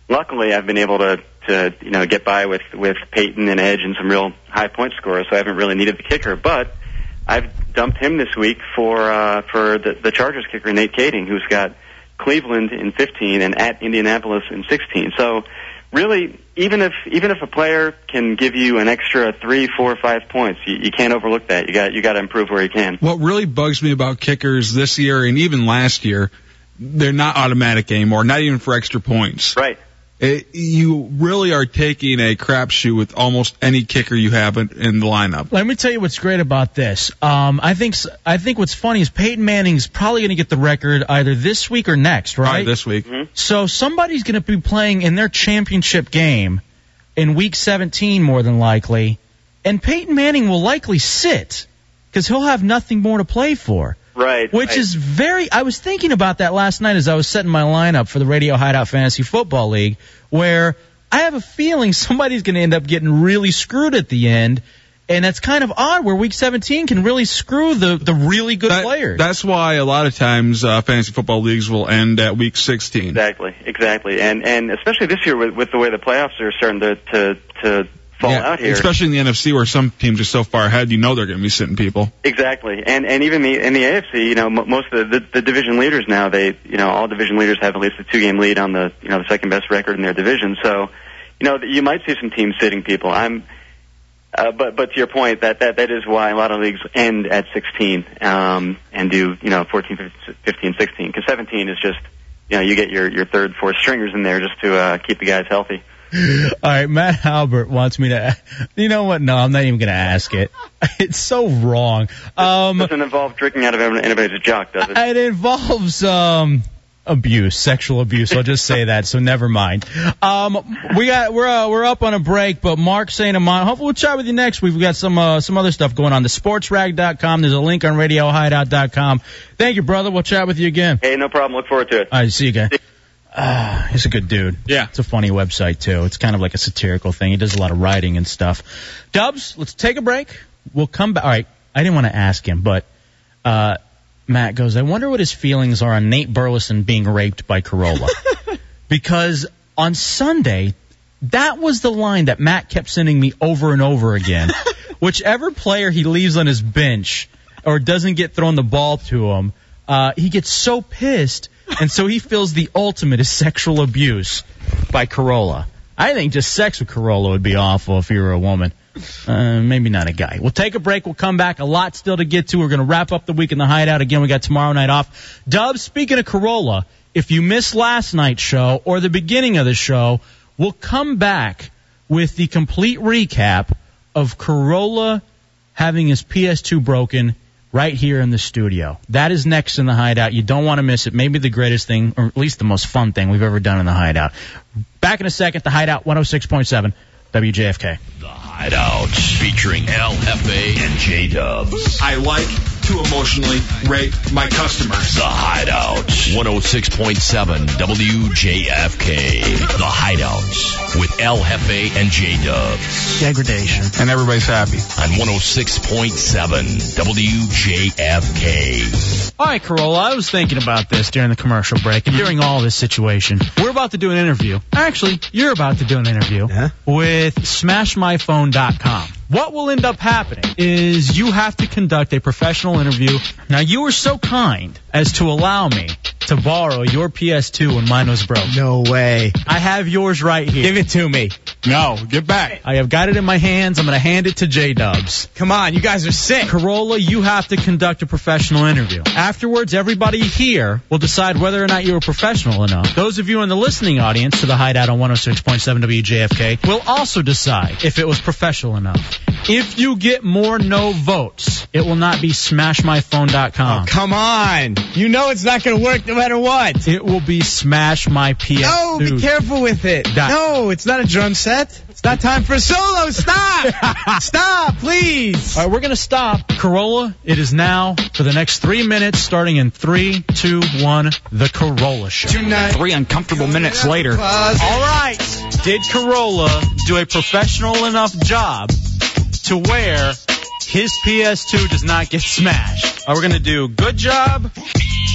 S10: luckily I've been able to to you know get by with with Peyton and Edge and some real high point scorers, so I haven't really needed the kicker. But I've dumped him this week for uh, for the, the Chargers kicker Nate Kading, who's got Cleveland in 15 and at Indianapolis in 16. So really, even if even if a player can give you an extra three, four, five points, you, you can't overlook that. You got you got to improve where you can.
S6: What really bugs me about kickers this year and even last year, they're not automatic anymore, not even for extra points.
S10: Right.
S6: It, you really are taking a crapshoot with almost any kicker you have in, in the lineup.
S2: Let me tell you what's great about this. Um, I think s- I think what's funny is Peyton Manning's probably going to get the record either this week or next, right?
S6: Probably this week.
S2: So somebody's going to be playing in their championship game in Week 17, more than likely, and Peyton Manning will likely sit because he'll have nothing more to play for.
S10: Right.
S2: Which is very. I was thinking about that last night as I was setting my lineup for the Radio Hideout Fantasy Football League, where I have a feeling somebody's going to end up getting really screwed at the end. And that's kind of odd where week 17 can really screw the, the really good players.
S6: That's why a lot of times uh, fantasy football leagues will end at week 16.
S10: Exactly, exactly, and and especially this year with, with the way the playoffs are starting to to, to fall
S6: Yeah,
S10: out here.
S6: Especially in the NFC where some teams are so far ahead, you know they're going to be sitting people.
S10: Exactly, and and even the in the AFC, you know, m- most of the, the the division leaders now, they you know, all division leaders have at least a two game lead on the you know the second best record in their division. So, you know, you might see some teams sitting people. I'm, uh, but but to your point, that that that is why a lot of leagues end at 16 um, and do you know 14, 15, 15 16 because 17 is just you know you get your your third fourth stringers in there just to uh, keep the guys healthy.
S2: All right, Matt Albert wants me to. You know what? No, I'm not even going to ask it. It's so wrong. Um,
S10: doesn't involve drinking out of anybody's jock, does it?
S2: It involves um, abuse, sexual abuse. I'll just say that. So never mind. Um, we got we're uh, we're up on a break, but Mark Saint Amant. Hopefully we'll chat with you next. week. We've got some uh, some other stuff going on. The sportsrag.com. There's a link on RadioHideout.com. Thank you, brother. We'll chat with you again.
S10: Hey, no problem. Look forward to it.
S2: All right, see you guys. Ah, he's a good dude. Yeah. It's a funny website too. It's kind of like a satirical thing. He does a lot of writing and stuff. Dubs, let's take a break. We'll come back. All right. I didn't want to ask him, but uh, Matt goes, I wonder what his feelings are on Nate Burleson being raped by Corolla. because on Sunday, that was the line that Matt kept sending me over and over again. Whichever player he leaves on his bench or doesn't get thrown the ball to him, uh, he gets so pissed, and so he feels the ultimate is sexual abuse by Corolla. I think just sex with Corolla would be awful if you were a woman. Uh, maybe not a guy. We'll take a break. We'll come back. A lot still to get to. We're going to wrap up the week in the hideout. Again, we got tomorrow night off. Dub, speaking of Corolla, if you missed last night's show or the beginning of the show, we'll come back with the complete recap of Corolla having his PS2 broken right here in the studio. That is next in the hideout. You don't want to miss it. Maybe the greatest thing, or at least the most fun thing we've ever done in the hideout. Back in a second, the hideout 106.7, WJFK.
S3: Hideout featuring LFA and J Dubs. I like to emotionally rape my customers. The Hideout 106.7 WJFK. The Hideout with LFA and J Dubs.
S6: Degradation. And everybody's happy.
S3: On 106.7 WJFK.
S2: All right, Corolla, I was thinking about this during the commercial break and during all this situation. We're about to do an interview. Actually, you're about to do an interview with smashmyphone.com. What will end up happening is you have to conduct a professional interview. Now, you were so kind as to allow me to borrow your PS2 when mine was broke. No way. I have yours right here. Give it to me. No, get back. I have got it in my hands. I'm going to hand it to J Dubs. Come on, you guys are sick. Corolla, you have to conduct a professional interview. Afterwards, everybody here will decide whether or not you were professional enough. Those of you in the listening audience to the Hideout on 106.7 WJFK will also decide if it was professional enough. If you get more no votes, it will not be
S1: Oh,
S2: smashmyphone.com. come on. You know it's not going to work no matter what. It will be smashmyps.
S1: No, be careful with it. No, it's not a drum set. It's not time for a solo. Stop! Stop, please.
S2: All right, we're going to stop. Corolla, it is now for the next three minutes, starting in three, two, one, the Corolla Show. Three uncomfortable minutes later. All right. Did Corolla do a professional enough job to where His PS2 does not get smashed. Are we going to do good job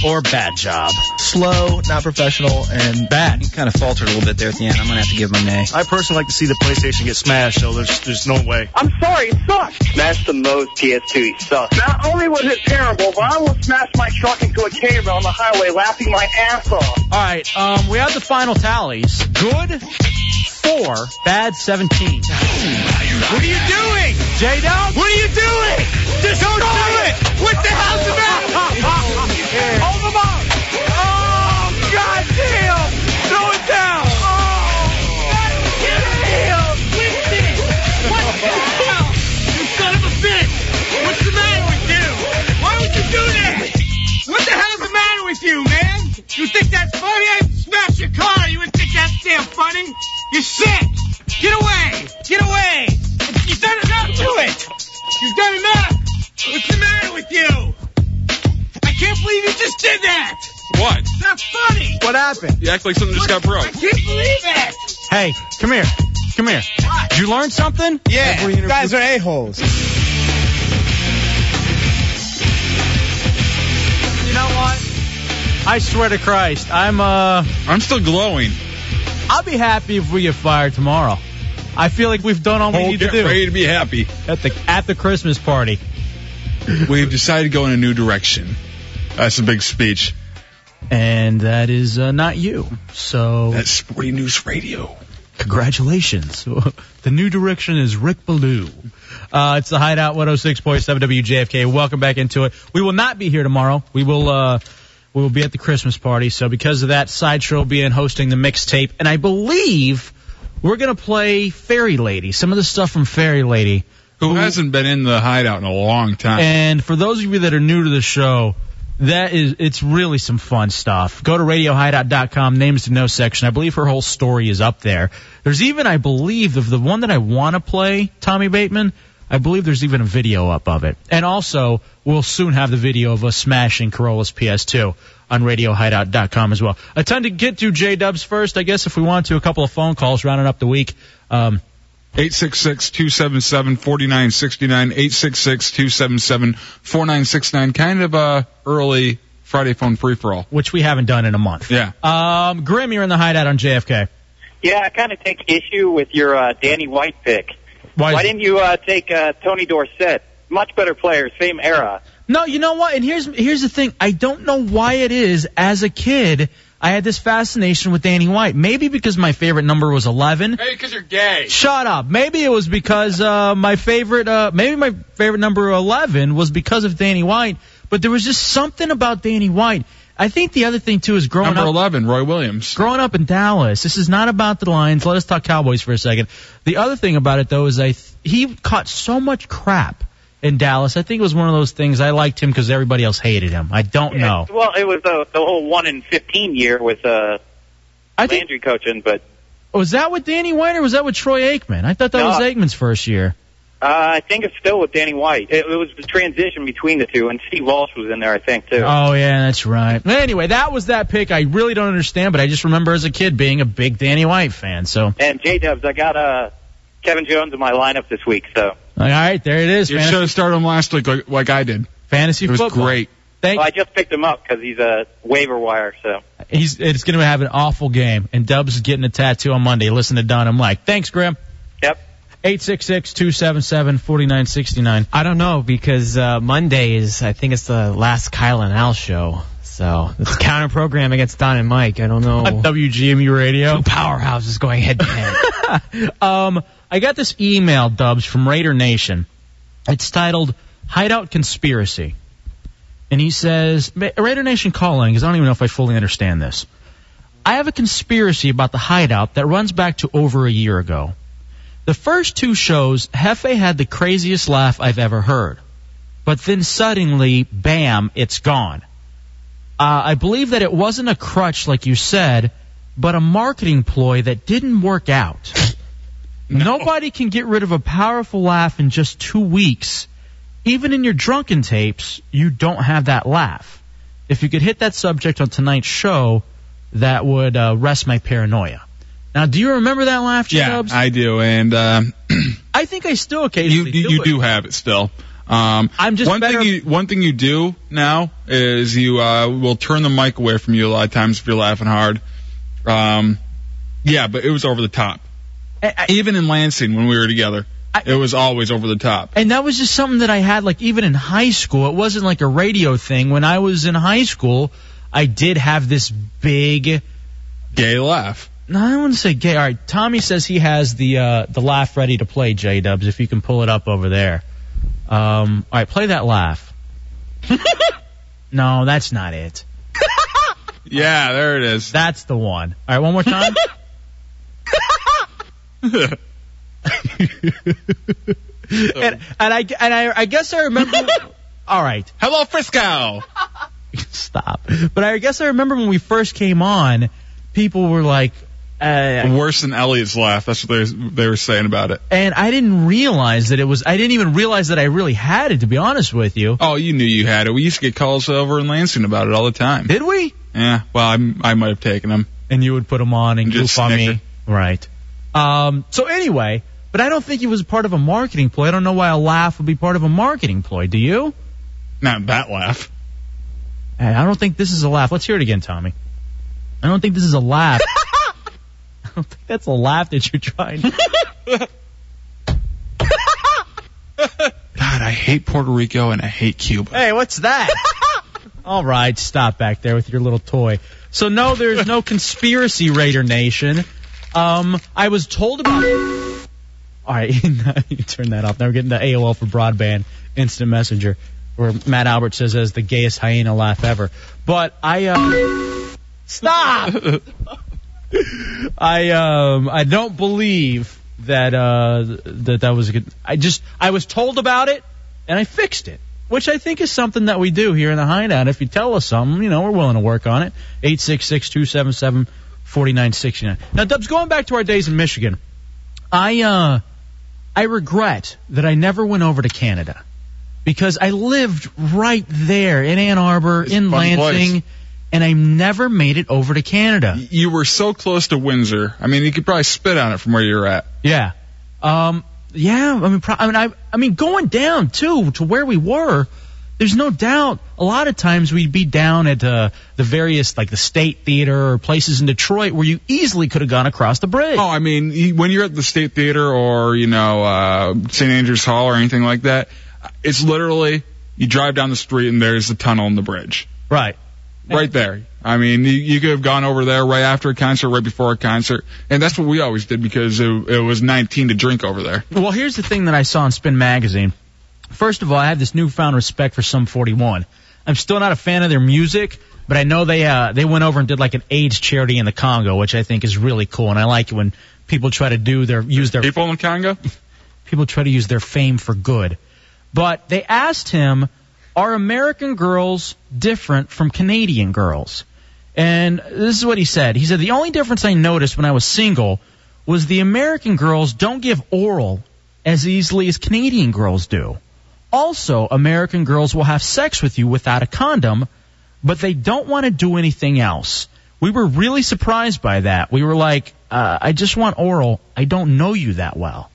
S2: or bad job?
S11: Slow, not professional, and bad. He kind of faltered a little bit there at the end. I'm gonna have to give him an A. I personally like to see the PlayStation get smashed, so there's there's no way.
S21: I'm sorry, it sucks.
S20: Smash the most PS2. He sucks.
S21: Not only was it terrible, but I will smash my truck into a cave on the highway, laughing my ass off.
S2: All right, um, we have the final tallies. Good four, bad seventeen.
S7: What are you doing?
S2: J Dub?
S7: What are you doing? Just don't do it! What the hell's the matter? Hold them up! Oh, god damn! Throw it down! Oh, god damn! Winston! What the hell? You son of a bitch! What's the matter with you? Why would you do that? What the hell's the matter with you, man? You think that's funny? I smashed your car. You wouldn't think that's damn funny? You're sick! Get away! Get away! You've done enough to it! You've done enough! What's the matter with you? I can't believe you just did that!
S6: What?
S7: Not funny!
S6: What happened? You act like something just got broke.
S7: I can't believe it!
S2: Hey, come here. Come here. Did you learn something?
S1: Yeah, you guys are a-holes.
S2: You know what? I swear to Christ, I'm uh
S6: I'm still glowing.
S2: I'll be happy if we get fired tomorrow. I feel like we've done all we
S6: Oh,
S2: need
S6: get
S2: to do.
S6: ready to be happy.
S2: At the at the Christmas party.
S6: We've decided to go in a new direction. That's a big speech.
S2: And that is uh, not you. So
S6: That's Sporty News Radio.
S2: Congratulations. the new direction is Rick Ballou. Uh, it's the Hideout 106.7 WJFK. Welcome back into it. We will not be here tomorrow. We will, uh, we will be at the Christmas party. So because of that, Sideshow will be in hosting the mixtape. And I believe we're going to play Fairy Lady, some of the stuff from Fairy Lady.
S6: Who hasn't been in the hideout in a long time?
S2: And for those of you that are new to the show, that is, it's really some fun stuff. Go to radiohideout.com, names to no section. I believe her whole story is up there. There's even, I believe, of the one that I want to play, Tommy Bateman, I believe there's even a video up of it. And also, we'll soon have the video of us smashing Corolla's PS2 on radiohideout.com as well. I tend to get to J Dubs first, I guess, if we want to, a couple of phone calls rounding up the week. Um,
S6: 866-277-4969, 866-277-4969. Kind of a early Friday phone free-for-all.
S2: Which we haven't done in a month.
S6: Yeah.
S2: um, Grim, you're in the hideout on JFK.
S12: Yeah, I kind of take issue with your uh, Danny White pick.
S2: Why
S12: Why,
S2: is-
S12: didn't you uh, take uh, Tony Dorsett? Much better player, same era.
S2: No, you know what? And here's here's the thing. I don't know why it is. As a kid, I had this fascination with Danny White. Maybe because my favorite number was 11.
S6: Hey, because you're gay.
S2: Shut up. Maybe it was because uh, my favorite. Uh, maybe my favorite number 11 was because of Danny White. But there was just something about Danny White. I think the other thing too is growing
S6: Number
S2: up.
S6: 11, Roy Williams.
S2: Growing up in Dallas, this is not about the Lions. Let us talk Cowboys for a second. The other thing about it though is I th- he caught so much crap in Dallas. I think it was one of those things. I liked him because everybody else hated him. I don't know.
S12: Well, it was uh, the, the whole one in fifteen year with uh, Landry coaching, but
S2: Was Oh, that with Danny White or was that with Troy Aikman? I thought that
S12: No.
S2: was Aikman's first year.
S12: uh, I think it's still with Danny White. It, it was the transition between the two, and Steve Walsh was in there, I think, too.
S2: Oh yeah, that's right. Anyway, that was that pick. I really don't understand, but I just remember as a kid being a big Danny White fan. So,
S12: And J Dubs, I got uh, Kevin Jones in my lineup this week, so
S2: all right, there it is.
S6: You
S2: fantasy-
S6: should have started him last week like, like I did.
S2: Fantasy
S6: It was
S2: football.
S6: great.
S2: Thank-
S12: well, I just picked him up because he's a waiver wire. So
S2: He's it's going to have an awful game, and Dubs is getting a tattoo on Monday. Listen to Don. I'm like, thanks, Graham.
S12: Yep.
S2: Eight six six two seven seven forty nine sixty nine.
S16: I don't know because uh, Monday is I think it's the last Kyle and Al show, so it's counter program against Don and Mike. I don't know.
S2: WGMU Radio.
S16: Powerhouse is going head to head.
S2: um, I got this email, Dubs, from Raider Nation. It's titled Hideout Conspiracy. And he says, Ma- Raider Nation calling, because I don't even know if I fully understand this. I have a conspiracy about the hideout that runs back to over a year ago. The first two shows, Hefe had the craziest laugh I've ever heard. But then suddenly, bam, it's gone. Uh, I believe that it wasn't a crutch, like you said, but a marketing ploy that didn't work out. Nobody can get rid of a powerful laugh in just two weeks. Even in your drunken tapes, you don't have that laugh. If you could hit that subject on tonight's show, that would uh, rest my paranoia. Now, do you remember that laugh,
S6: Yeah,
S2: Chubbs?
S6: I do. And um
S2: I think I still
S6: you, you,
S2: occasionally do
S6: you
S2: it.
S6: do have it still. Um, I'm just one thing you one thing you do now is you uh, will turn the mic away from you a lot of times if you're laughing hard. Um, yeah, but it was over the top. Even in Lansing when we were together, it was always over the top.
S2: And that was just something that I had, like, even in high school. It wasn't like a radio thing. When I was in high school, I did have this big
S6: gay laugh.
S2: No, I don't want to say gay. All right, Tommy says he has the uh, the laugh ready to play, J Dubs. If you can pull it up over there. Um, all right, play that laugh. no, that's not it.
S6: yeah, there it is.
S2: That's the one. All right, one more time. and, and I and I, I guess I remember. all right.
S6: Hello, Frisco.
S2: Stop. But I guess I remember when we first came on, people were like, uh,
S6: Worse than Elliot's laugh. That's what they they were saying about it.
S2: and I didn't realize that it was. I didn't even realize that I really had it. To be honest with you.
S6: Oh, you knew you had it. We used to get calls over in Lansing about it all the time.
S2: Did we?
S6: Yeah. Well, I'm, I might have taken them.
S2: And you would put them on and
S6: just
S2: goof on me.
S6: snicker.
S2: Right. Um. So anyway, but I don't think it was part of a marketing ploy. I don't know why a laugh would be part of a marketing ploy. Do you?
S6: Not that laugh.
S2: And I don't think this is a laugh. Let's hear it again, Tommy. I don't think this is a laugh. I don't think that's a laugh that you're trying. to...
S6: God, I hate Puerto Rico and I hate Cuba.
S2: Hey, what's that? All right, stop back there with your little toy. So no, there's no conspiracy raider nation. Um, I was told about. All right, you turn that off. Now we're getting the AOL for broadband instant messenger, where Matt Albert says as the gayest hyena laugh ever. But I uh, stop. I um I don't believe that uh that that was a good. I just I was told about it and I fixed it, which I think is something that we do here in the Hideout. If you tell us something, you know we're willing to work on it. Eight six six two seven seven forty nine sixty nine. Now Dubs, going back to our days in Michigan, I uh I regret that I never went over to Canada because I lived right there in Ann Arbor
S6: fun
S2: in
S6: place.
S2: Lansing. And I never made it over to Canada.
S6: You were so close to Windsor. I mean, you could probably spit on it from where you're at.
S2: Yeah. Um. Yeah. I mean. Pro- I mean. I. I mean, going down too to where we were. There's no doubt. A lot of times we'd be down at uh, the various, like the State Theater or places in Detroit, where you easily could have gone across the bridge.
S6: Oh, I mean, you- when you're at the State Theater or you know uh, St. Andrew's Hall or anything like that, it's literally you drive down the street and there's the tunnel and the bridge.
S2: Right.
S6: Right there. I mean, you, you could have gone over there right after a concert, right before a concert, and that's what we always did because it, it was 19 to drink over there.
S2: Well, here's the thing that I saw in Spin Magazine. First of all, I have this newfound respect for Sum 41. I'm still not a fan of their music, but I know they uh, they went over and did like an AIDS charity in the Congo, which I think is really cool, and I like it when people try to do their use their
S6: people in Congo.
S2: People try to use their fame for good, but they asked him, "Are American girls different from Canadian girls?" And this is what he said. He said, The only difference I noticed when I was single was the American girls don't give oral as easily as Canadian girls do. Also, American girls will have sex with you without a condom, but they don't want to do anything else. We were really surprised by that. We were like, uh, I just want oral. I don't know you that well.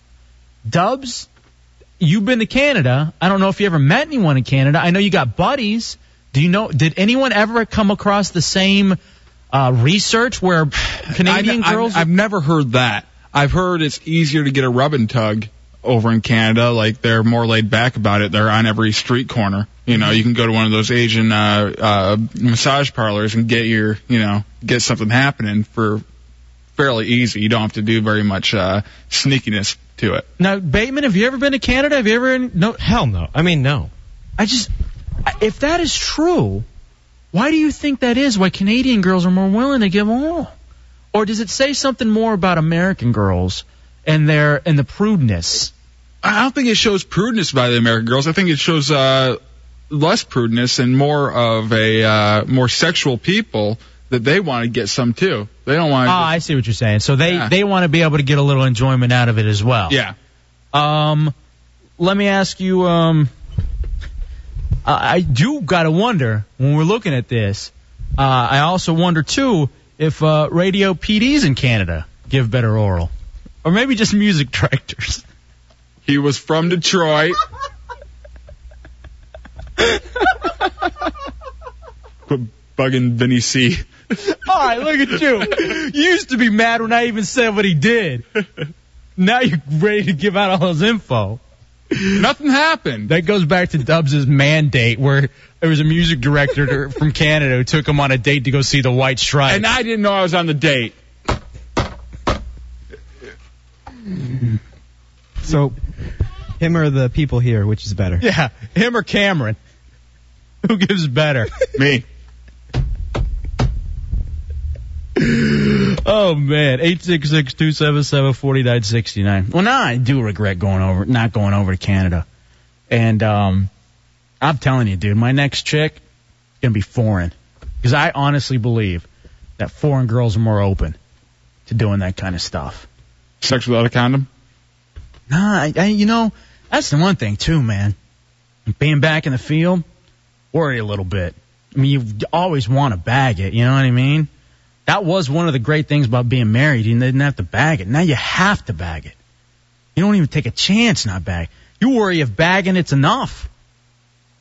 S2: Dubs, you've been to Canada. I don't know if you ever met anyone in Canada. I know you got buddies. Do you know? Did anyone ever come across the same uh, research where Canadian
S6: I, I-
S2: girls?
S6: I've never heard that. I've heard it's easier to get a rub and tug over in Canada. Like they're more laid back about it. They're on every street corner. You know, you can go to one of those Asian uh, uh, massage parlors and get your, you know, get something happening for fairly easy. You don't have to do very much uh, sneakiness to it.
S2: now, Bateman, have you ever been to Canada? Have you ever? No, hell no. I mean, no. I just, I- if that is true, why do you think that is? Why Canadian girls are more willing to give oral? Or does it say something more about American girls and their and the prudeness?
S6: I don't think it shows prudeness by the American girls. I think it shows uh, less prudeness and more of a uh, more sexual people that they want to get some too. They don't want.
S2: Oh, I see what you're saying. So they they want to be able to get a little enjoyment out of it as well.
S6: Yeah.
S2: Um, let me ask you. Um, I I do gotta wonder when we're looking at this. Uh, I also wonder too if uh, radio PDs in Canada give better oral, or maybe just music directors.
S6: He was from Detroit. Quit bugging Vinny C.
S2: All right, look at you. You used to be mad when I even said what he did. Now you're ready to give out all his info.
S6: Nothing happened.
S2: That goes back to Dubs' mandate where there was a music director from Canada who took him on a date to go see the White Stripes.
S6: And I didn't know I was on the date.
S16: So, him or the people here, which is better?
S2: Yeah, him or Cameron. Who gives better?
S6: Me.
S2: Oh man, eight six six two seven seven forty nine sixty nine. Well, now I do regret going over, not going over to Canada, and um, I'm telling you, dude, my next chick is gonna be foreign, because I honestly believe that foreign girls are more open to doing that kind of stuff.
S6: Sex without a condom?
S2: Nah, I, I, you know that's the one thing too, man. Being back in the field, worry a little bit. I mean, you always want to bag it. You know what I mean? That was one of the great things about being married. You didn't have to bag it. Now you have to bag it. You don't even take a chance not bag. You worry if bagging it's enough.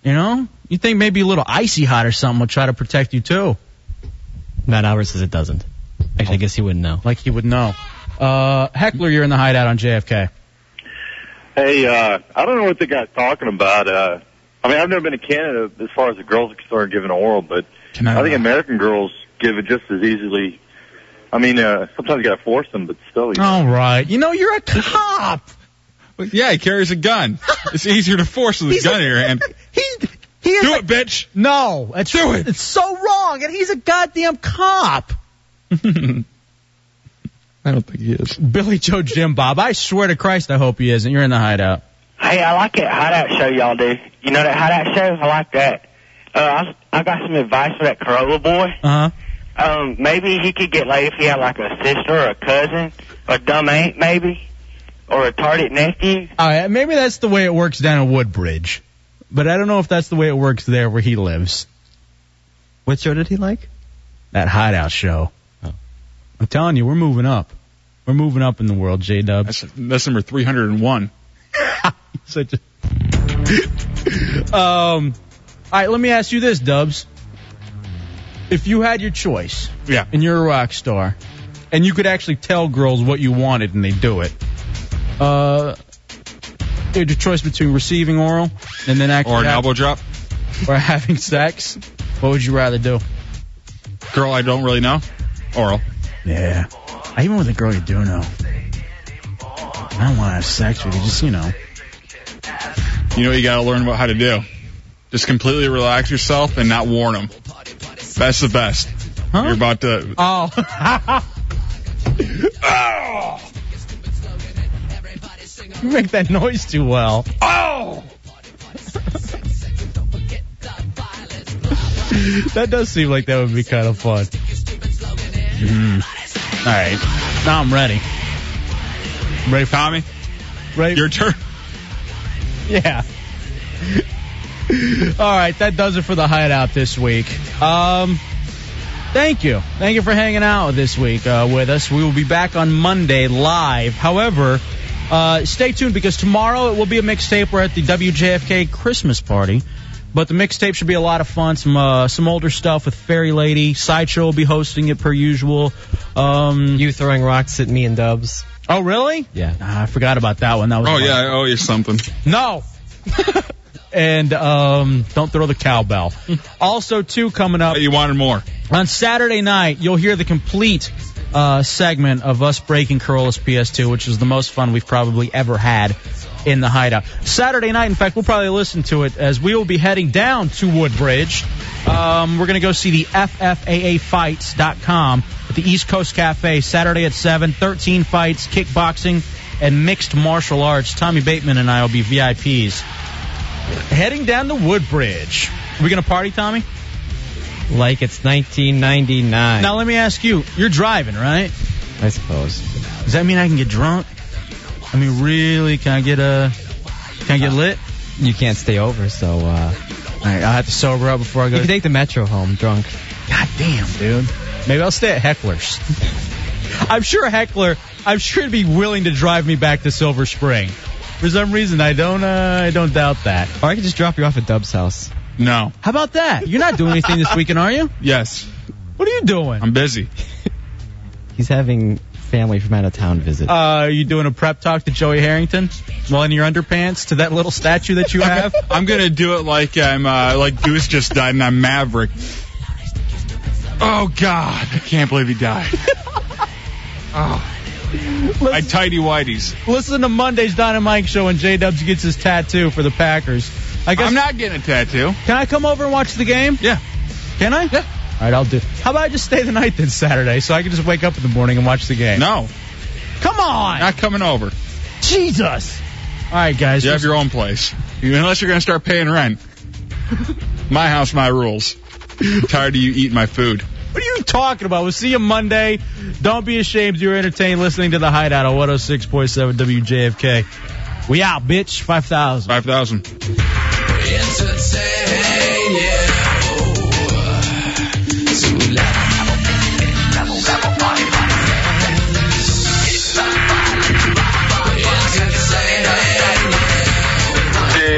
S2: You know? You think maybe a little icy hot or something will try to protect you too.
S16: Matt Albert says it doesn't. Actually, I guess he wouldn't know.
S2: Like he would know. Uh, Heckler, you're in the hideout on JFK.
S20: Hey, uh, I don't know what the guy's talking about. Uh, I mean, I've never been to Canada as far as the girls are concerned giving oral, but I, think American girls give it just as easily. I mean, uh, sometimes you gotta force them, but still. You
S2: All right. You know, you're a cop.
S6: Yeah, he carries a gun. It's easier to force with a gun in your hand.
S2: He is
S6: Do
S2: a-
S6: it, bitch.
S2: No, it's,
S6: Do it.
S2: It's so wrong, and he's a goddamn cop.
S6: I don't think he is.
S2: Billy Joe Jim Bob. I swear to Christ, I hope he isn't. You're in the hideout.
S14: Hey, I like that hideout show y'all do. You know that hideout show? I like that. Uh, I, I got some advice for that Corolla boy.
S2: Uh huh.
S14: Um, maybe he could get laid if he had like a sister or a cousin or a dumb aunt, maybe, or a retarded nephew.
S2: All right, maybe that's the way it works down in Woodbridge, but I don't know if that's the way it works there where he lives.
S16: What show did he like? Oh.
S2: That hideout show. I'm telling you, we're moving up. We're moving up in the world, J Dub. That's,
S6: that's number 301.
S2: Such a. um, all right, let me ask you this, Dubs. If you had your choice,
S6: yeah,
S2: and you're a rock star, and you could actually tell girls what you wanted and they do it, uh, you had your choice between receiving oral and then actually
S6: Or an
S2: having-
S6: elbow drop.
S2: or having sex, what would you rather do?
S6: Girl, I don't really know. Oral.
S2: Yeah. Even with a girl you do know. I don't want to have sex with you, just, you know.
S6: You know what you gotta learn about how to do. Just completely relax yourself and not warn them. That's the best. You're about to.
S2: Oh. You make that noise too well.
S6: Oh!
S2: that does seem like that would be kind of fun. Mm. All right. Now I'm ready.
S6: Ready, Tommy?
S2: Ready?
S6: Your turn.
S2: Yeah. All right, that does it for the hideout this week. Um, thank you, thank you for hanging out this week uh, with us. We will be back on Monday live. However, uh, stay tuned because tomorrow it will be a mixtape. We're at the WJFK Christmas party, but the mixtape should be a lot of fun. Some uh, some older stuff with Fairy Lady. Sideshow will be hosting it per usual. Um,
S16: you throwing rocks at me and Dubs.
S2: Oh really?
S16: Yeah.
S2: Ah, I forgot about that one. That was
S6: Oh,
S2: my-
S6: yeah, I owe you something.
S2: no. and um, don't throw the cowbell. Also, too, coming up.
S6: You wanted more.
S2: On Saturday night, you'll hear the complete uh, segment of us breaking Corolla's PS2, which is the most fun we've probably ever had in the hideout. Saturday night, in fact, we'll probably listen to it as we will be heading down to Woodbridge. Um, we're going to go see the FFAAfights.com at the East Coast Cafe Saturday at 7, 13 fights, kickboxing, and mixed martial arts. Tommy Bateman and I will be VIPs. Heading down to Woodbridge. Are we going to party, Tommy?
S16: Like it's 1999.
S2: Now let me ask you, you're driving, right?
S16: I suppose.
S2: Does that mean I can get drunk? I mean, really? Can I get a? Can I get lit?
S16: You can't stay over, so uh,
S2: I'll have to sober up before I go.
S16: You can take the metro home drunk.
S2: God damn, dude. Maybe I'll stay at Heckler's. I'm sure Heckler. I'm sure he'd be willing to drive me back to Silver Spring. For some reason, I don't. Uh, I don't doubt that.
S16: Or I could just drop you off at Dub's house.
S6: No.
S2: How about that? You're not doing anything this weekend, are you?
S6: Yes.
S2: What are you doing?
S6: I'm busy.
S16: He's having family from out of town visit.
S2: Uh, are you doing a prep talk to Joey Harrington while in your underpants to that little statue that you have?
S6: I'm gonna do it like I'm uh, like Goose just died and I'm Maverick. Oh God, I can't believe he died. Oh. I tidy whiteys.
S2: Listen to Monday's Don and Mike show when J Dubs gets his tattoo for the Packers. I guess
S6: I'm not getting a tattoo.
S2: Can I come over and watch the game?
S6: Yeah.
S2: Can I? Yeah. All right, I'll do. How about I just stay the night then Saturday so I can just wake up in the morning and watch the game?
S6: No.
S2: Come on.
S6: Not coming over.
S2: Jesus. All right, guys.
S6: You have your own place. You- Unless you're gonna start paying rent. my house, my rules. tired of you eating my food.
S2: What are you talking about? We'll see you Monday. Don't be ashamed you were entertained listening to The Hideout on 106.7 WJFK. We out, bitch. 5,000.
S6: 5,000.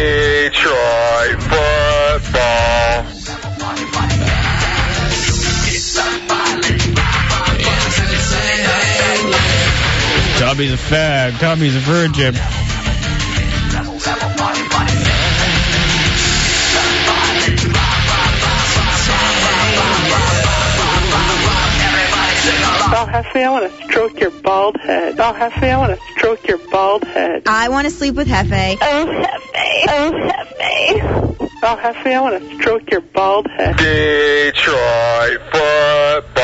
S9: Detroit football.
S2: Tommy's a fag. Tommy's a virgin.
S23: Oh, Hefe, I want to stroke your bald head. Oh, Hefe, I want to stroke your bald head.
S24: I want to sleep with Hefe. Oh, Hefe. Oh, Hefe.
S23: Oh, Hefe, I want to stroke your bald head.
S9: Detroit football.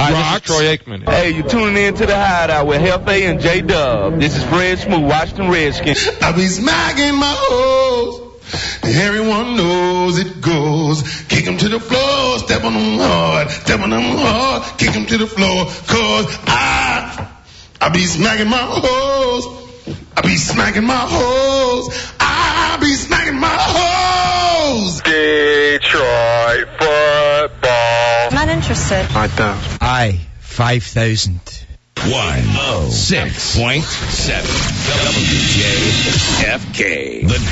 S25: Hi, this is Troy Aikman. Hey, you're tuning in to the Hideout with Hefe and J Dub. This is Fred Smooth, Washington Redskins. I be smacking my hoes.
S26: Everyone knows it goes. Kick 'em to the floor, step on 'em hard, step on 'em hard, kick 'em to the floor, cause I, I be smacking my hoes. I be smacking my hoes. I be smacking my hoes.
S9: Detroit football.
S24: Not interested.
S9: I Oh. don't.
S3: I, 5,000. 106.7 WJFK. The